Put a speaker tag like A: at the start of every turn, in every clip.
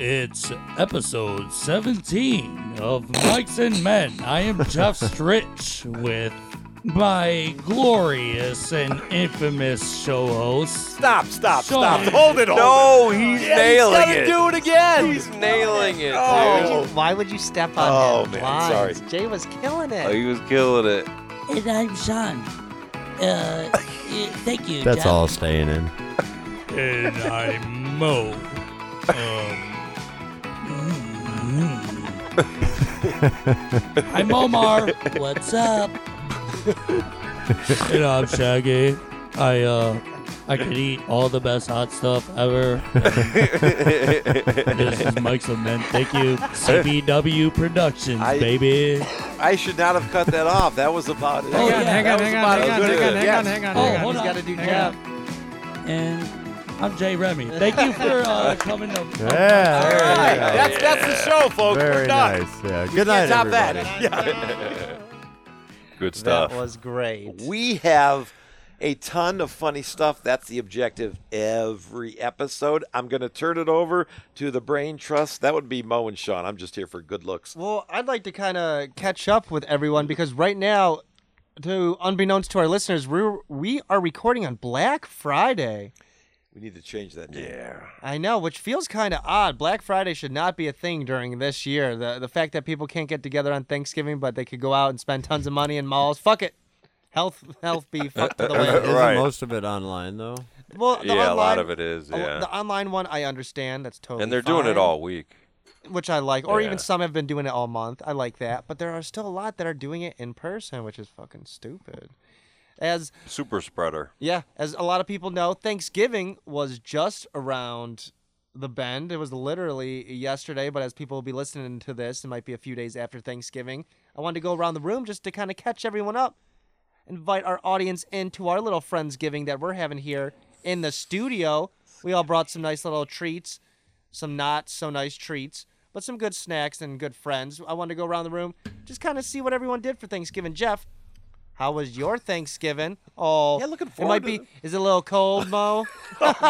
A: It's episode 17 of Mics and Men. I am Jeff Stritch with my glorious and infamous show host.
B: Stop, stop,
A: Sean.
B: stop. Hold it,
C: No,
B: hold it.
C: he's
B: Yeah,
C: nailing
B: he's gotta
C: it.
B: do it again.
C: He's nailing it,
B: Oh.
C: dude.
D: Why would you, why would you step on
B: Oh,
D: that
B: man,
D: blind?
B: sorry.
D: Jay was killing
C: Oh,
D: it.
C: he was killing it.
E: And I'm Sean. Uh, uh, thank you.
F: That's
E: Jeff.
F: all staying in.
A: And I'm Mo. Um, I'm Omar.
E: What's up?
A: and I'm Shaggy. I, uh, I could eat all the best hot stuff ever. This is Mike's and Men. Thank you, CBW Productions,
B: I-
A: baby.
B: I should not have cut that off. That was about it.
E: Oh, yeah,
G: hang
B: that
G: on,
B: was
G: hang
B: about as
G: on, hang on,
B: good as
G: hang on,
B: it
G: hang
B: gets.
G: on, hang on,
A: Oh,
G: hang on.
A: hold
D: He's
A: on.
D: got to do
G: Hang
D: job.
A: And I'm Jay Remy. Thank you for uh, coming to.
B: All
F: Yeah. very
B: right,
F: nice.
B: That's, that's the show, folks. We're
F: Very
B: done.
F: nice. Yeah. Good night,
B: Can't top
F: everybody.
B: that.
C: Good
D: That
C: stuff.
D: was great.
B: We have a ton of funny stuff. That's the objective every episode. I'm going to turn it over to the Brain Trust. That would be Mo and Sean. I'm just here for good looks.
D: Well, I'd like to kind of catch up with everyone because right now, to unbeknownst to our listeners, we we are recording on Black Friday.
B: We need to change that name. Yeah.
D: I know, which feels kind of odd. Black Friday should not be a thing during this year. The the fact that people can't get together on Thanksgiving, but they could go out and spend tons of money in malls. Fuck it. Health, health be fucked to the wind.
F: Isn't
C: Right.
F: most of it online though?
D: Well, the
C: yeah, a lot
D: online-
C: of it is.
D: a lo-
C: Yeah.
D: The online one, I understand. That's totally.
C: and they're doing it
D: fine,
C: all week.
D: which I like. Or
C: Yeah.
D: even some have been doing it all month. I like that. But there are still a lot that are doing it in person, which is fucking stupid. As
C: Super spreader.
D: yeah, as a lot of people know, Thanksgiving was just around the bend. It was literally yesterday. But as people will be listening to this, it might be a few days after Thanksgiving. I wanted to go around the room just to kind of catch everyone up, invite our audience into our little friendsgiving that we're having here in the studio. We all brought some nice little treats some not so nice treats, but some good snacks and good friends. I wanted to go around the room, just kind of see what everyone did for Thanksgiving. Jeff, how was your Thanksgiving? Oh,
B: Yeah, looking
D: It might
B: forward to
D: be. Is it a little cold, Mo?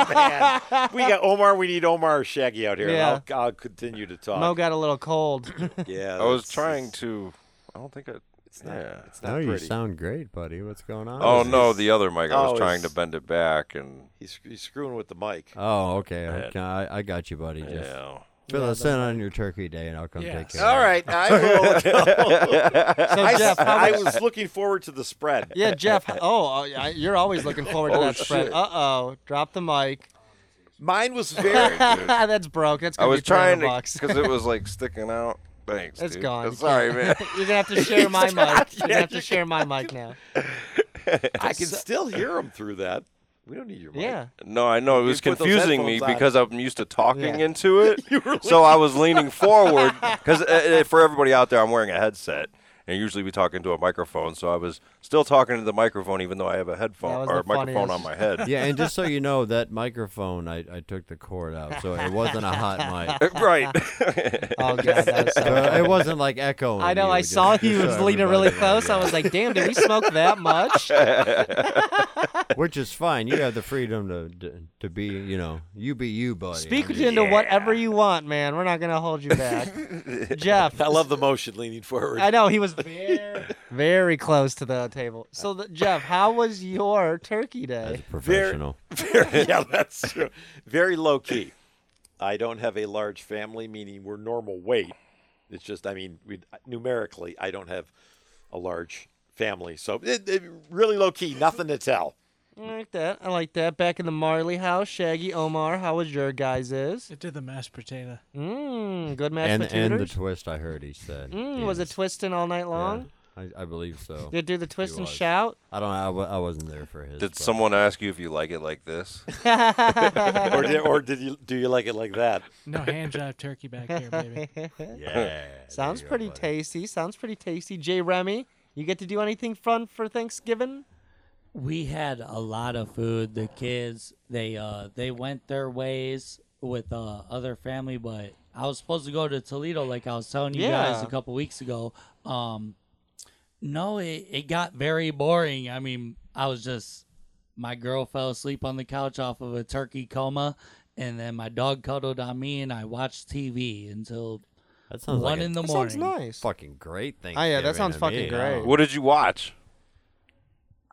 B: We got Omar. We need Omar or Shaggy out here. and
D: Yeah.
B: I'll, I'll continue to talk.
D: Mo got a little cold.
B: Yeah.
C: I was
B: that's-
C: trying to. I don't think I.
B: It's not,
C: Yeah.
B: it's
F: No,
B: not
F: Oh, you
B: pretty.
F: sound great, buddy. What's going on?
C: Oh
B: this
C: no,
B: is-
C: the other mic. I
B: Oh,
C: was trying to
B: it's-
C: bend it back, and
B: He's, he's screwing with the mic.
C: Uh,
F: Oh, okay. okay. I, I got you, buddy. Just
C: yeah.
F: fill us in on your turkey day, and I'll come
G: Yeah.
F: take care.
B: All
F: of it.
B: right, I will.
D: So
B: I,
D: Jeff, how
B: I
D: was,
B: was looking forward to the spread.
D: yeah, Jeff. Oh, I- you're always looking forward to
C: Oh,
D: that spread.
C: shit.
D: Uh oh, drop the mic.
B: Mine was very.
D: That's broke. That's
C: I
D: gonna
C: was
D: be
C: trying
D: trying to.
C: to
D: Box.
C: because it was like sticking out. Thanks.
D: It's
C: dude.
D: gone. You
C: Sorry, man.
D: can't- You're gonna have to share my
B: He's
D: mic.
B: not-
D: You're
B: yeah,
D: gonna have
B: you
D: to share my mic now.
B: I can still hear him through that. We don't need your mic.
D: Yeah.
C: No, I know it was
B: put those
C: confusing me
B: headphones on.
C: because I'm used to talking
D: Yeah.
C: into it. so I was leaning forward because for everybody out there, I'm wearing a headset, and usually we talk into a microphone. So I was still talking to the microphone, even though I have a
D: That
C: headphone
D: was
C: or a
D: the
C: microphone on
D: funniest.
C: my head.
F: Yeah, and just so you know, that microphone, I, I took the cord out, so it wasn't a hot mic.
C: Uh, right.
D: Oh god, that was so
F: So it wasn't like echoing.
D: I know.
F: you,
D: I
F: just-
D: saw
F: just
D: he
F: so
D: was leaning really
F: everybody knows,
D: close. I
F: yeah.
D: was like, "Damn, did we smoke that much?"
F: which is fine. You have the freedom to to, to be, you know, you be you, buddy.
D: Speak
F: I'm
D: into whatever you want, man. We're not gonna hold you back, Jeff.
B: I love the motion leaning forward.
D: I know he was very, very close to the table. So, the, Jeff, how was your Turkey
F: as a
D: Day?
F: professional.
B: Very- yeah, that's true. Very low key. I don't have a large family, meaning we're normal weight. It's just, I mean, we, numerically, I don't have a large family, so it, it, really low key. Nothing to tell.
D: I like that. I like that. Back in the Marley house, Shaggy Omar. How was your guys? Is
G: It did the mashed potato.
D: mmm, good mashed
F: And and the
D: potatoes.
F: twist I heard he said.
D: Mmm, was it
F: Yes.
D: twisting all night long?
F: Yeah, I, I believe so.
D: Did it do the twist and
F: was.
D: shout?
F: I don't know. I, w- I wasn't there for his.
C: Did
F: but-
C: someone ask you if you like it like this?
B: Or did, or did you do you like it like that?
G: No hand job turkey back here, baby.
F: Yeah.
D: Sounds
F: there you go,
D: pretty
F: buddy.
D: tasty. Sounds pretty tasty. Jay Remy, you get to do anything fun for Thanksgiving?
E: We had a lot of food. The kids, they uh, they went their ways with uh, other family, but I was supposed to go to Toledo, like I was telling you guys
D: Yeah.
E: a couple weeks ago. Um, no, it, it got very boring. I mean, I was just my girl fell asleep on the couch off of a turkey coma, and then my dog cuddled on me, and I watched TV until
F: That sounds
E: one
F: like a
E: in the
D: That
E: morning.
D: sounds nice.
F: fucking great thing.
D: Oh, yeah, that sounds fucking great.
C: What did you watch?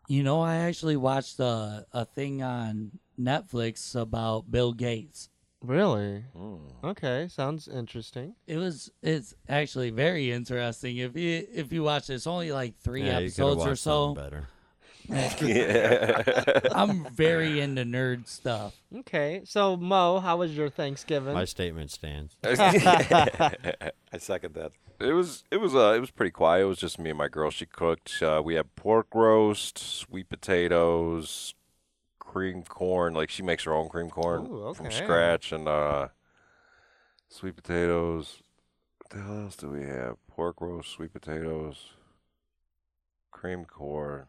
E: You know, I actually watched a a thing on Netflix about Bill Gates.
D: Really?
F: Mm.
D: Okay, sounds interesting.
E: It was it's actually very interesting if you if you watch it. It's only like three
F: Yeah, you
E: episodes
F: could've
E: or
F: watched
E: so.
F: something Better.
E: I'm very into nerd stuff.
D: Okay, so Mo, how was your Thanksgiving?
F: My statement stands.
B: I second that.
C: It was it was uh it was pretty quiet. It was just me and my girl. She cooked. Uh, we had pork roast, sweet potatoes, cream corn. Like she makes her own cream corn
D: Ooh,
C: from
D: okay.
C: scratch, and uh, sweet potatoes. What the hell else do we have? Pork roast, sweet potatoes, cream corn,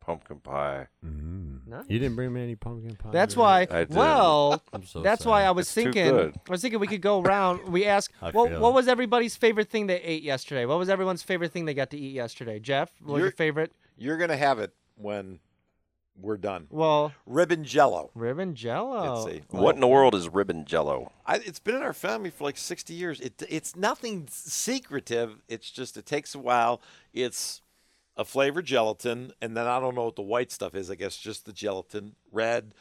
C: pumpkin pie.
F: Mm.
D: Nice.
F: You didn't bring me any pumpkin pie.
D: That's
F: did you?
D: why.
C: I did.
D: Well,
F: I'm so
D: that's
F: sad.
D: why I was
C: It's too
D: thinking. I
C: good.
D: was thinking we could go around. We ask,
F: I
D: what,
F: feel
D: what
F: it.
D: was everybody's favorite thing they ate yesterday? What was everyone's favorite thing they got to eat yesterday? Jeff, what was your
B: You're-
D: favorite?
B: You're gonna have it when we're done.
D: Well,
B: Ribbon Jello.
D: ribbon jello.
B: It's a,
C: What in the world is ribbon jello?
B: I, it's been in our family for like 60 years. It, it's nothing s- secretive. It's just it takes a while. It's a flavored gelatin, and then I don't know what the white stuff is. I guess just the gelatin, red,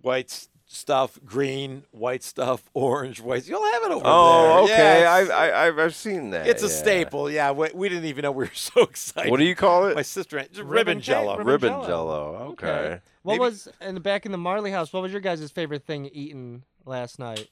B: white s- stuff, green, white stuff, orange, white. You'll have it over there.
C: Oh,
B: Yeah,
C: okay.
B: it's-
C: I've I, I've I've seen that.
B: it's a
C: yeah.
B: staple. Yeah, we, we didn't even know we were so excited.
C: What do you call it?
B: My sister, just ribbon,
D: Ribbon cake,
B: jello.
D: ribbon
C: ribbon
D: jello.
C: jello. Okay.
D: What
B: Maybe-
D: was in the back in the Marley house? What was your guys' favorite thing eaten last night?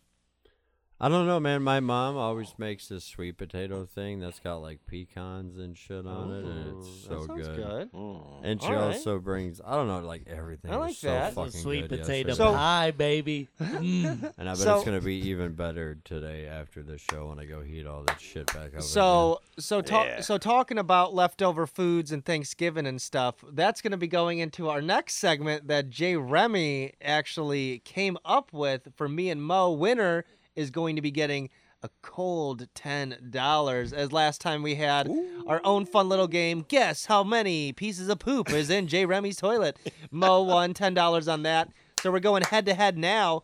F: I don't know, man. My mom always makes this sweet potato thing that's got like pecans and shit on it, and it's so
D: Oh, that sounds good.
C: Hmm.
F: And she
D: All right.
F: also brings, I don't know, like everything.
D: I
F: was
D: like
F: so
D: that.
E: It's a
F: fucking
E: sweet
F: good
E: potato
F: yesterday.
E: pie, baby. Mm.
F: and I bet
D: So-
F: it's gonna be even better today after the show when I go heat all that shit back up.
D: So so ta-
C: Yeah.
D: so talking about leftover foods and Thanksgiving and stuff. That's going to be going into our next segment that Jay Remy actually came up with for me and Mo. Winner is going to be getting a cold ten dollars. As last time we had our own fun little game. Guess how many pieces of poop is in Jay Remy's toilet? Mo won ten dollars on that. So we're going head to head now.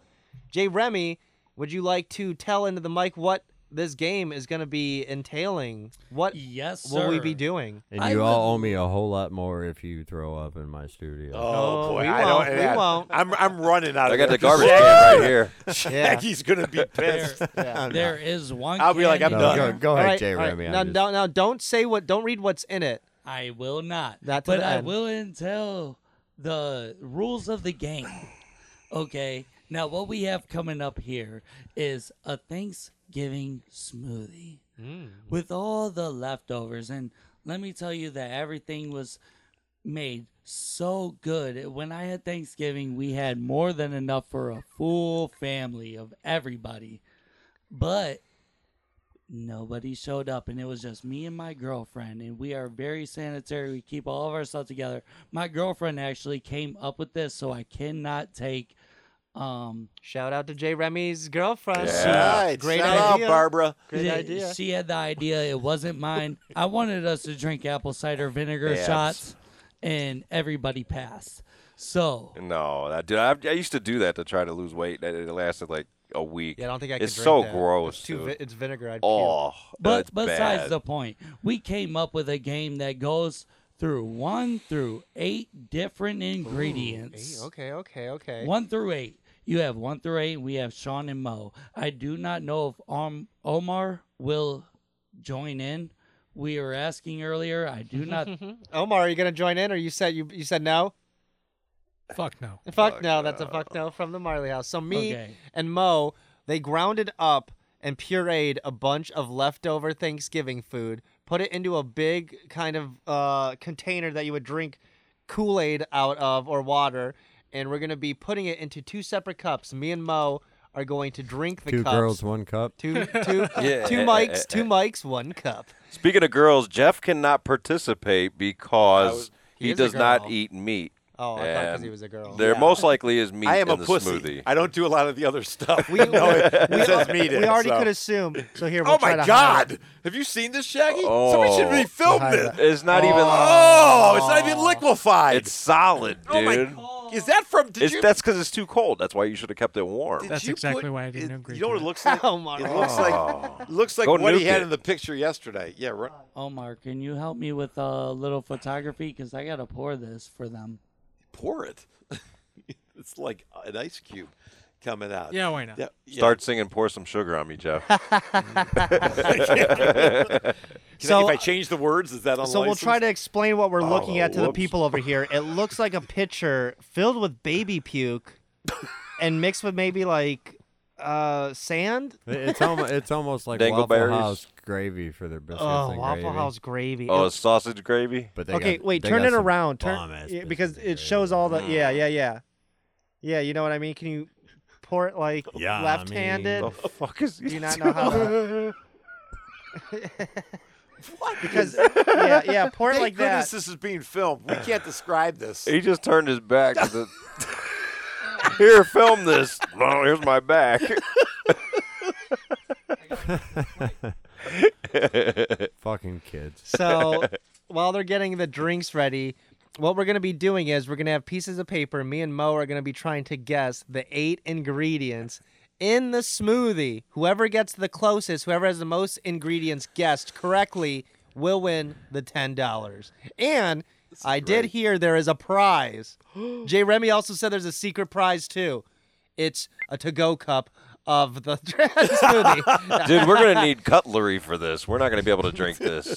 D: Jay Remy, would you like to tell into the mic what this game is going to be entailing? What
E: yes, sir.
D: will we be doing?
F: and
E: I
F: you all
E: would-
F: owe me a whole lot more if you throw up in my studio.
B: Oh,
D: No,
B: boy,
D: we
B: I
D: won't,
B: don't.
D: we
B: yeah,
D: won't.
B: I'm I'm running out.
C: I
B: of
C: got
B: there.
C: the garbage can right here.
D: Yeah.
B: He's gonna be pissed.
E: There is one.
B: I'll be like, I'm
E: candy
B: done.
E: bar.
F: go, go
D: All
F: ahead,
D: right,
F: Jay
D: all right.
F: Remy. I'm
D: Now,
F: just-
D: now, now, don't say what. Don't read what's in it.
E: I will not.
D: Not to
E: but
D: the
E: I
D: end.
E: will entail the rules of the game. Okay. Now what we have coming up here is a Thanksgiving smoothie with all the leftovers, and let me tell you that everything was made so good. When I had Thanksgiving, we had more than enough for a full family of everybody, but nobody showed up and it was just me and my girlfriend and we are very sanitary we keep all of our stuff together my girlfriend actually came up with this so i cannot take um
D: Shout out to Jay Remy's girlfriend.
B: All right,
D: Great
B: shout
D: idea.
B: out, Barbara.
D: Great
E: she-
D: idea.
E: she had the idea it wasn't mine i wanted us to drink apple cider vinegar
B: Abs.
E: shots and everybody passed so
C: No, that, dude, I, I used to do that to try to lose weight. That- It lasted like a week.
D: Yeah, I don't think I
C: It's
D: could drink
C: so
D: that.
C: gross.
D: It's, too
C: dude.
D: vi- it's vinegar. I'd puke.
C: oh, that's
E: But besides
C: bad.
E: the point, we came up with a game that goes through one through eight different ingredients.
D: Hey, okay, okay, okay.
E: One through eight. You have one through eight. We have Sean and Mo. I do not know if um, Omar will join in. We were asking earlier. I do not.
D: Omar, are you gonna join in, or you said you you said no?
G: Fuck no.
D: Fuck, no, that's a fuck no from the Marley House. So me
E: Okay.
D: and Mo, they grounded up and pureed a bunch of leftover Thanksgiving food, put it into a big kind of uh, container that you would drink Kool Aid out of or water, and we're gonna be putting it into two separate cups. Me and Mo are going to drink the
F: two
D: cups.
F: girls, one cup.
D: Two, two,
C: Yeah.
D: two mics, two mics, one cup.
C: Speaking of girls, Jeff cannot participate because
D: he
C: he
D: is a
C: does not
D: girl.
C: eat meat.
D: Oh, I thought because
C: And
D: he was a girl.
C: There most likely is meat
B: I am
C: in
B: a
C: the
B: pussy.
C: smoothie.
B: I don't do a lot of the other stuff.
D: We,
B: We know it,
D: we-
B: it says meat in
D: we
B: it,
D: already
B: so.
D: could assume. So here, we'll
B: Oh
D: try
B: my
D: to
B: God! Have you seen this, Shaggy? Somebody should really
C: Oh.
B: film
D: Behind
B: this.
C: It's not even.
B: Oh, it's not even liquefied.
C: It's solid, dude.
B: oh my God. Is that from? Did
C: It's,
B: you?
C: that's because it's too cold. That's why you should have kept it warm.
B: did
G: That's
B: you
G: exactly
B: put-
G: why I didn't
B: it-
G: agree
B: You know
G: to
B: what it
G: that.
B: looks like?
D: Oh, Mark.
B: It looks like
C: Oh.
B: looks like
C: Go
B: what he
C: nuke
B: had
C: it.
B: in the picture yesterday. Yeah, right.
E: Omar, can you help me with a little photography? Because I got to pour this for them.
B: pour it. it's like an ice cube coming out.
G: Yeah, why not?
B: Yeah, yeah.
C: Start singing "Pour Some Sugar on Me," Jeff.
B: Can I-
D: So-
B: if I change the words, is that on?
D: So we'll try to explain what we're looking
C: Oh,
D: at to the
C: whoops.
D: people over here. It looks like a pitcher filled with baby puke, and mixed with maybe like uh, sand.
F: It's almost it's almost like Waffle
C: Dangleberries.
F: House gravy for their biscuits
D: Oh,
F: and
D: Waffle
F: gravy.
D: House gravy.
C: oh,
D: It-
C: sausage gravy.
F: But they
D: okay,
F: got-
D: wait.
F: they
D: Turn
F: got
D: it
F: some
D: around. Turn
F: bomb-ass
D: yeah,
F: biscuits
D: because
F: and
D: it shows
F: gravy.
D: all the. Yeah, yeah, yeah. Yeah, you know what I mean. Can you pour it like
F: Yeah, I
D: left-handed?
C: The fuck is
D: Do you not know how? To... Because yeah, yeah, pour it
B: Thank
D: like
B: goodness
D: that.
B: this is being filmed. We can't describe this.
C: He just turned his back. to the- Here, film this. No, here's my back.
F: Fucking kids.
D: So while they're getting the drinks ready, what we're going to be doing is we're going to have pieces of paper. Me and Mo are going to be trying to guess the eight ingredients in the smoothie. Whoever gets the closest, whoever has the most ingredients guessed correctly, will win the $10. And I did hear there is a prize. Jay Remy also said there's a secret prize too. It's a to go cup of the smoothie.
C: Dude, we're gonna need cutlery for this. We're not gonna be able to drink this.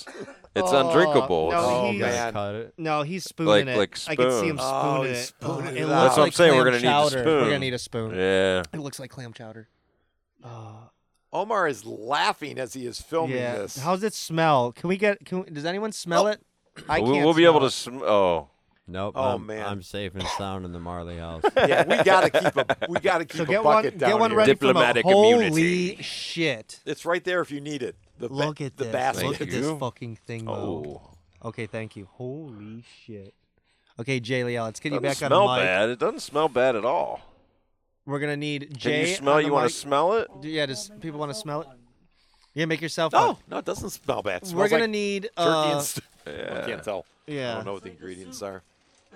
C: It's
D: Oh,
C: undrinkable.
D: no,
C: It's-
D: Oh,
F: You gotta
B: man.
F: cut it.
D: No, he's
C: Like-
D: spooning it.
C: like
D: I can see
C: spoon.
D: him spooning
B: Oh, he's
D: it.
B: spooning
D: Ugh,
B: it
D: it
B: out.
D: looks
B: That's
C: what I'm
D: like
C: saying, we're gonna
D: clam
C: need a
D: chowder. We're
C: spoon.
D: gonna need a spoon.
C: yeah.
D: It looks like clam chowder.
B: Omar is laughing as he is filming
D: yeah.
B: this.
D: How's it smell? Can we get? Can we, does anyone smell it? I
C: We-
D: can't.
C: we'll be
D: smell
C: able to.
D: it.
C: Sm- oh,
F: Nope.
B: Oh,
F: I'm,
B: man.
F: I'm safe and sound in the Marley house.
B: yeah, we gotta keep a we gotta keep
D: So
B: a
D: get one.
B: bucket down
D: Get one
B: here.
D: ready
C: Diplomatic
D: from a, Holy
C: immunity.
D: shit!
B: It's right there if you need it. The ba-
D: Look at
B: the
D: this.
B: basket.
D: Look at
C: Thank you.
D: this fucking thing. Mo.
C: oh.
D: Okay, thank you. Holy shit. Okay, Jay Leal, let's get you
C: Doesn't
D: back
C: smell
D: on the mic.
C: bad. It doesn't smell bad at all.
D: We're gonna need
C: Can
D: Jay.
C: you smell?
D: on the
C: You want
D: mic.
C: to smell it?
D: Do- Yeah, does people want to smell it? Yeah, make yourself.
B: No,
D: one.
B: Oh, no, it doesn't smell bad. It
D: Oh. we're
B: smells
D: gonna
B: like
D: need.
B: turkey
D: uh,
B: and st- I can't tell. I
D: Yeah.
B: don't know what the ingredients are.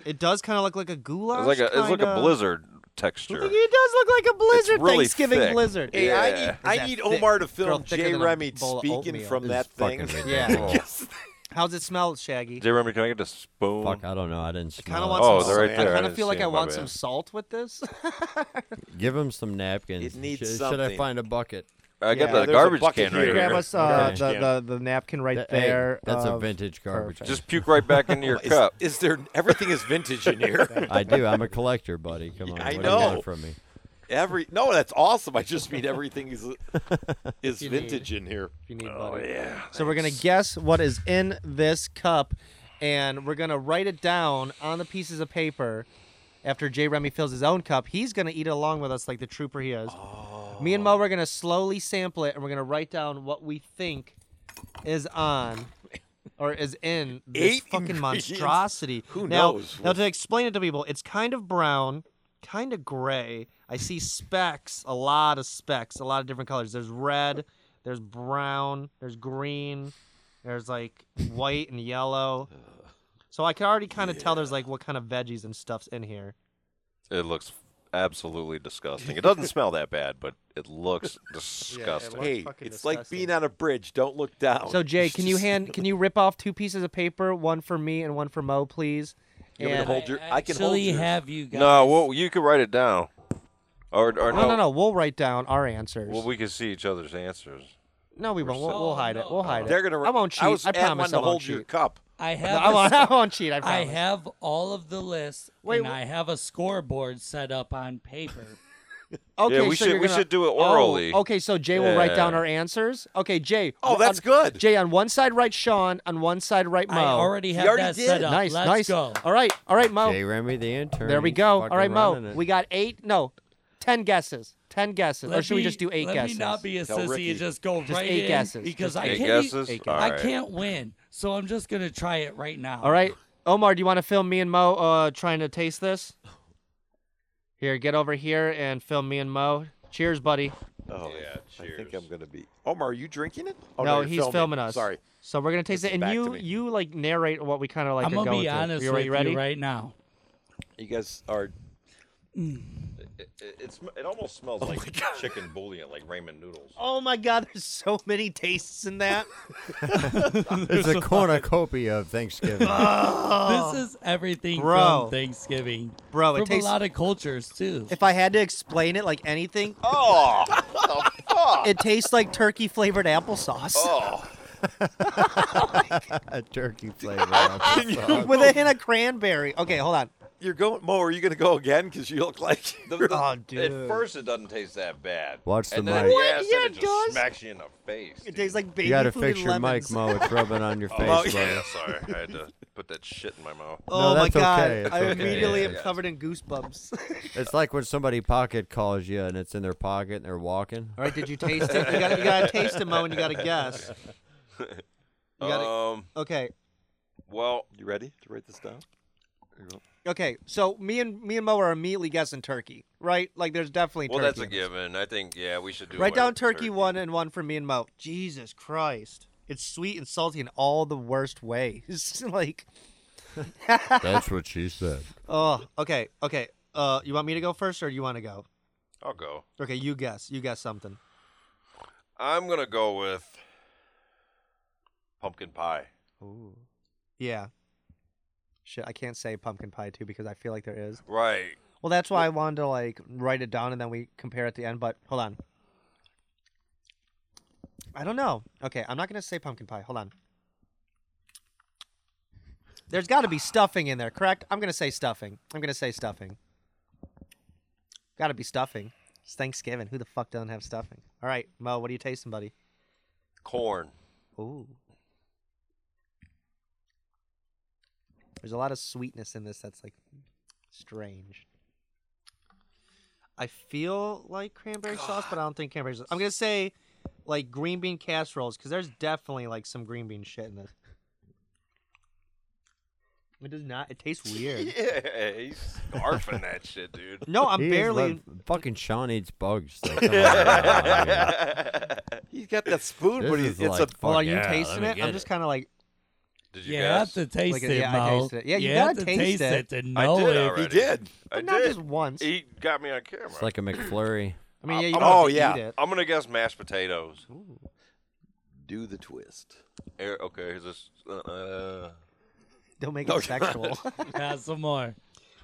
D: It does kind of look like a goulash.
C: It's like a. It's like a
D: kinda.
C: blizzard texture.
D: It does look like a blizzard.
C: really
D: Thanksgiving
C: thick.
D: blizzard.
B: Hey,
C: Yeah. Is
B: I need, I
D: that
B: need
D: thick?
B: Omar to
D: Girl,
B: film
D: thicker
B: Jay
D: than a
B: Remy
D: bowl of
B: speaking
D: oatmeal.
B: from that
F: It's
B: thing.
F: fucking
D: Yeah.
F: ridiculous.
B: Yes.
D: How's it smell, Shaggy?
C: Jay Remy, can I get a spoon?
F: Fuck, I don't know. I didn't smell
D: Kind of
F: it.
D: want
C: Oh,
D: some.
C: they're right there.
D: salt. I
C: I
D: kind of
C: didn't
D: feel
C: see
D: like I
C: them. My
D: want
C: bad.
D: some salt with this.
F: Give him some napkins.
B: It needs
F: should, Should I
B: something.
F: find a bucket?
C: I
D: Yeah,
C: got
B: there's
C: the
B: a
C: garbage
B: bucket
C: can right
B: here.
C: here.
D: Grab us uh,
B: Garbage
D: the,
B: can.
D: the the napkin right
F: Th- hey,
D: there. uh,
F: that's a
D: of-
F: vintage garbage.
D: perfect.
C: Just puke right back into your
B: Is,
C: cup.
B: is there everything is vintage in here?
F: I do. I'm a collector, buddy. Come on.
B: I
F: what Do you
B: know.
F: want from me?
B: Every no, that's awesome. I just mean everything is is vintage in here.
D: If you need, buddy.
C: yeah.
D: So we're gonna guess what is in this cup, and we're gonna write it down on the pieces of paper. After Jay Remy fills his own cup, he's gonna eat it along with us like the trooper he is. Me and Mo are gonna slowly sample it, and we're gonna write down what we think is on. Or is in this
B: Eight
D: fucking
B: ingredients.
D: monstrosity.
B: Who
D: now,
B: knows?
D: Now to explain it to people, it's kind of brown, kind of gray. I see specks, a lot of specks, a lot of different colors. There's red, there's brown, there's green, there's like white and yellow. So I can already kind of tell there's like what kind of veggies and stuff's in here.
C: It looks absolutely disgusting. It doesn't smell that bad, but it looks disgusting.
D: looks-
B: Hey,
D: fucking
B: it's like
D: disgusting.
B: being on a bridge. Don't look down.
D: So Jay,
B: Oh, It's
D: can you
B: just-
D: hand can you rip off two pieces of paper, one for me and one for Mo, please?
B: You want me to
D: And-
B: hold your? I can hold
E: Actually,
B: yours.
E: have you guys?
C: no, well, you could write it down, or or
D: no, no, no. We'll write down our answers.
C: Well, we could see each other's answers.
D: no, we won't. We'll,
E: so-
D: we'll hide it. We'll hide it.
B: They're gonna.
D: I won't cheat.
B: I, was, Ed
D: promise.
B: wanted to
D: I won't
B: hold
D: cheat.
B: your cup.
E: I have.
D: I
E: a
D: won't,
E: s-
D: I won't cheat. I
E: I
D: promise.
E: have all of the lists,
D: Wait,
E: and
D: wh-
E: I have a scoreboard set up on paper.
D: Okay,
C: Yeah, we
D: so
C: should-
D: you're
C: we
D: gonna-
C: should do it
D: Oh,
C: orally.
D: okay, so Jay will write down
C: Yeah.
D: our answers. Okay, Jay.
B: Oh,
D: on-
B: that's good.
D: Jay, on one side write Sean, on one side write Mo.
E: I already have
B: already
E: that
B: did.
E: set up.
D: nice,
E: Let's
D: nice.
E: go.
D: All right, all right,
B: Oh.
D: Mo.
F: Jay Remy, the intern.
D: there we
F: he's
D: go. All
F: fucking
D: right, Mo.
F: running it.
D: We got eight. No, ten guesses. Ten guesses. or
E: Let
D: should we
E: me-
D: just do eight
E: let
D: guesses?
E: me not be a
B: Tell
E: sissy
B: Ricky.
E: and just go
D: Just
E: right
D: eight
E: in
D: guesses.
E: because
D: Just
E: I
C: Any
E: can't.
C: guesses?
D: eight
C: All
E: I
C: right.
E: can't win, so I'm just gonna try it right now.
D: all right, Omar. Do you want to film me and Mo uh, trying to taste this? Here, get over here and film me and Mo. Cheers, buddy.
B: Oh
C: Yeah,
B: I think
C: cheers.
B: I'm gonna be. Omar, are you drinking it? Oh,
D: no,
B: you're
D: he's filming. us.
B: Sorry.
D: So we're gonna taste
B: This
D: it,
B: is
D: and
B: back to
D: you
B: me.
D: you like narrate what we kind of like.
E: I'm
D: are
E: gonna
D: going
E: be
D: through.
E: honest
D: you,
E: with
D: you ready?
E: you right now.
B: You guys are
H: It, it, it, sm- it almost smells like chicken bouillon, like ramen noodles.
D: Oh my God, there's so many tastes in that.
F: It's a cornucopia of Thanksgiving.
E: This is everything
D: Oh. Bro.
E: from Thanksgiving.
D: Bro, it
E: from
D: tastes-
E: a lot of cultures too.
D: If I had to explain it like anything,
H: Oh, the fuck!
D: it tastes like turkey flavored applesauce
H: Oh,
F: a turkey flavor.
B: Oh,
F: applesauce.
D: with a hint of cranberry. Okay, hold on.
B: You're going, Mo. Are you going to go again? Because you look like
H: the, the,
D: Oh,
H: At
D: dude.
H: first, it doesn't taste that bad.
F: Watch the
H: and then
F: mic.
H: What?
D: What?
H: Yes,
D: Yeah,
H: and
D: it
H: it
D: does.
H: just smacks you in the face.
D: It tastes like baby
F: you gotta
D: food and
F: fix your mic,
D: lemons.
F: Mo. It's rubbing on your face,
H: Oh,
F: buddy.
H: yeah, sorry. I had to put that shit in my mouth.
D: Oh my
F: that's
D: God!
F: okay, it's
D: I
F: okay.
D: immediately
H: Yeah,
D: am
H: yeah.
D: covered in goosebumps.
F: It's like when somebody pocket calls you and it's in their pocket and they're walking.
D: All right, did you taste it? You gotta, you gotta taste it, Mo, and you gotta guess. You gotta-
H: Um,
D: Okay,
H: well,
B: you ready to write this down?
D: okay. So me and me and Mo are immediately guessing turkey, right? Like, there's definitely
H: well,
D: turkey.
H: that's a
D: in this.
H: given. I think, yeah, we should do.
D: Write
H: one
D: down
H: with
D: turkey, one and one for me and Mo. Jesus Christ, it's sweet and salty in all the worst ways. like,
F: That's what she said.
D: oh, okay, okay. Uh, you want me to go first, or you want to go?
H: I'll go.
D: Okay, you guess. You guess something.
H: I'm gonna go with pumpkin pie.
D: Ooh. Yeah. Shit, I can't say pumpkin pie too because I feel like there is.
H: Right.
D: Well, that's why I wanted to like write it down and then we compare at the end. But hold on. I don't know. Okay, I'm not gonna say pumpkin pie. Hold on. There's got to be stuffing in there, correct? I'm gonna say stuffing. I'm gonna say stuffing. Got to be stuffing. It's Thanksgiving. Who the fuck doesn't have stuffing? All right, Mo, what are you tasting, buddy?
H: Corn.
D: Ooh. There's a lot of sweetness in this that's like strange. I feel like cranberry sauce, but I don't think cranberry sauce. I'm gonna say like green bean casseroles because there's definitely like some green bean shit in this. It does not. It tastes weird.
H: Yeah, he's scarfing that shit, dude.
D: No, I'm
F: He is
D: barely.
F: love- fucking Sean eats bugs. though. Come on now.
B: He's got that spoon,
F: This
B: but he,
F: is
B: it's
F: like,
B: a
F: fuck
D: Well, are you
F: yeah, let
D: tasting
F: me
D: it? I'm
F: get
D: just kind of like,
H: Did you
E: you have
H: guess?
E: to taste
D: Like,
E: it,
D: yeah, I
E: Mo.
D: tasted it. Yeah, you
E: have
D: gotta
E: to
D: taste
E: taste
D: it.
E: it, to
H: I
E: know
H: did
E: it.
H: already.
B: He did.
H: I
D: but not
H: did.
D: just once.
H: He got me on camera.
F: It's like a McFlurry.
D: I mean, yeah, you
B: Oh,
D: don't have to
B: yeah.
D: eat it.
H: I'm gonna guess mashed potatoes.
B: Do the twist.
H: Eh, Okay, here's this. Uh,
D: Don't make it sexual.
E: Have some more.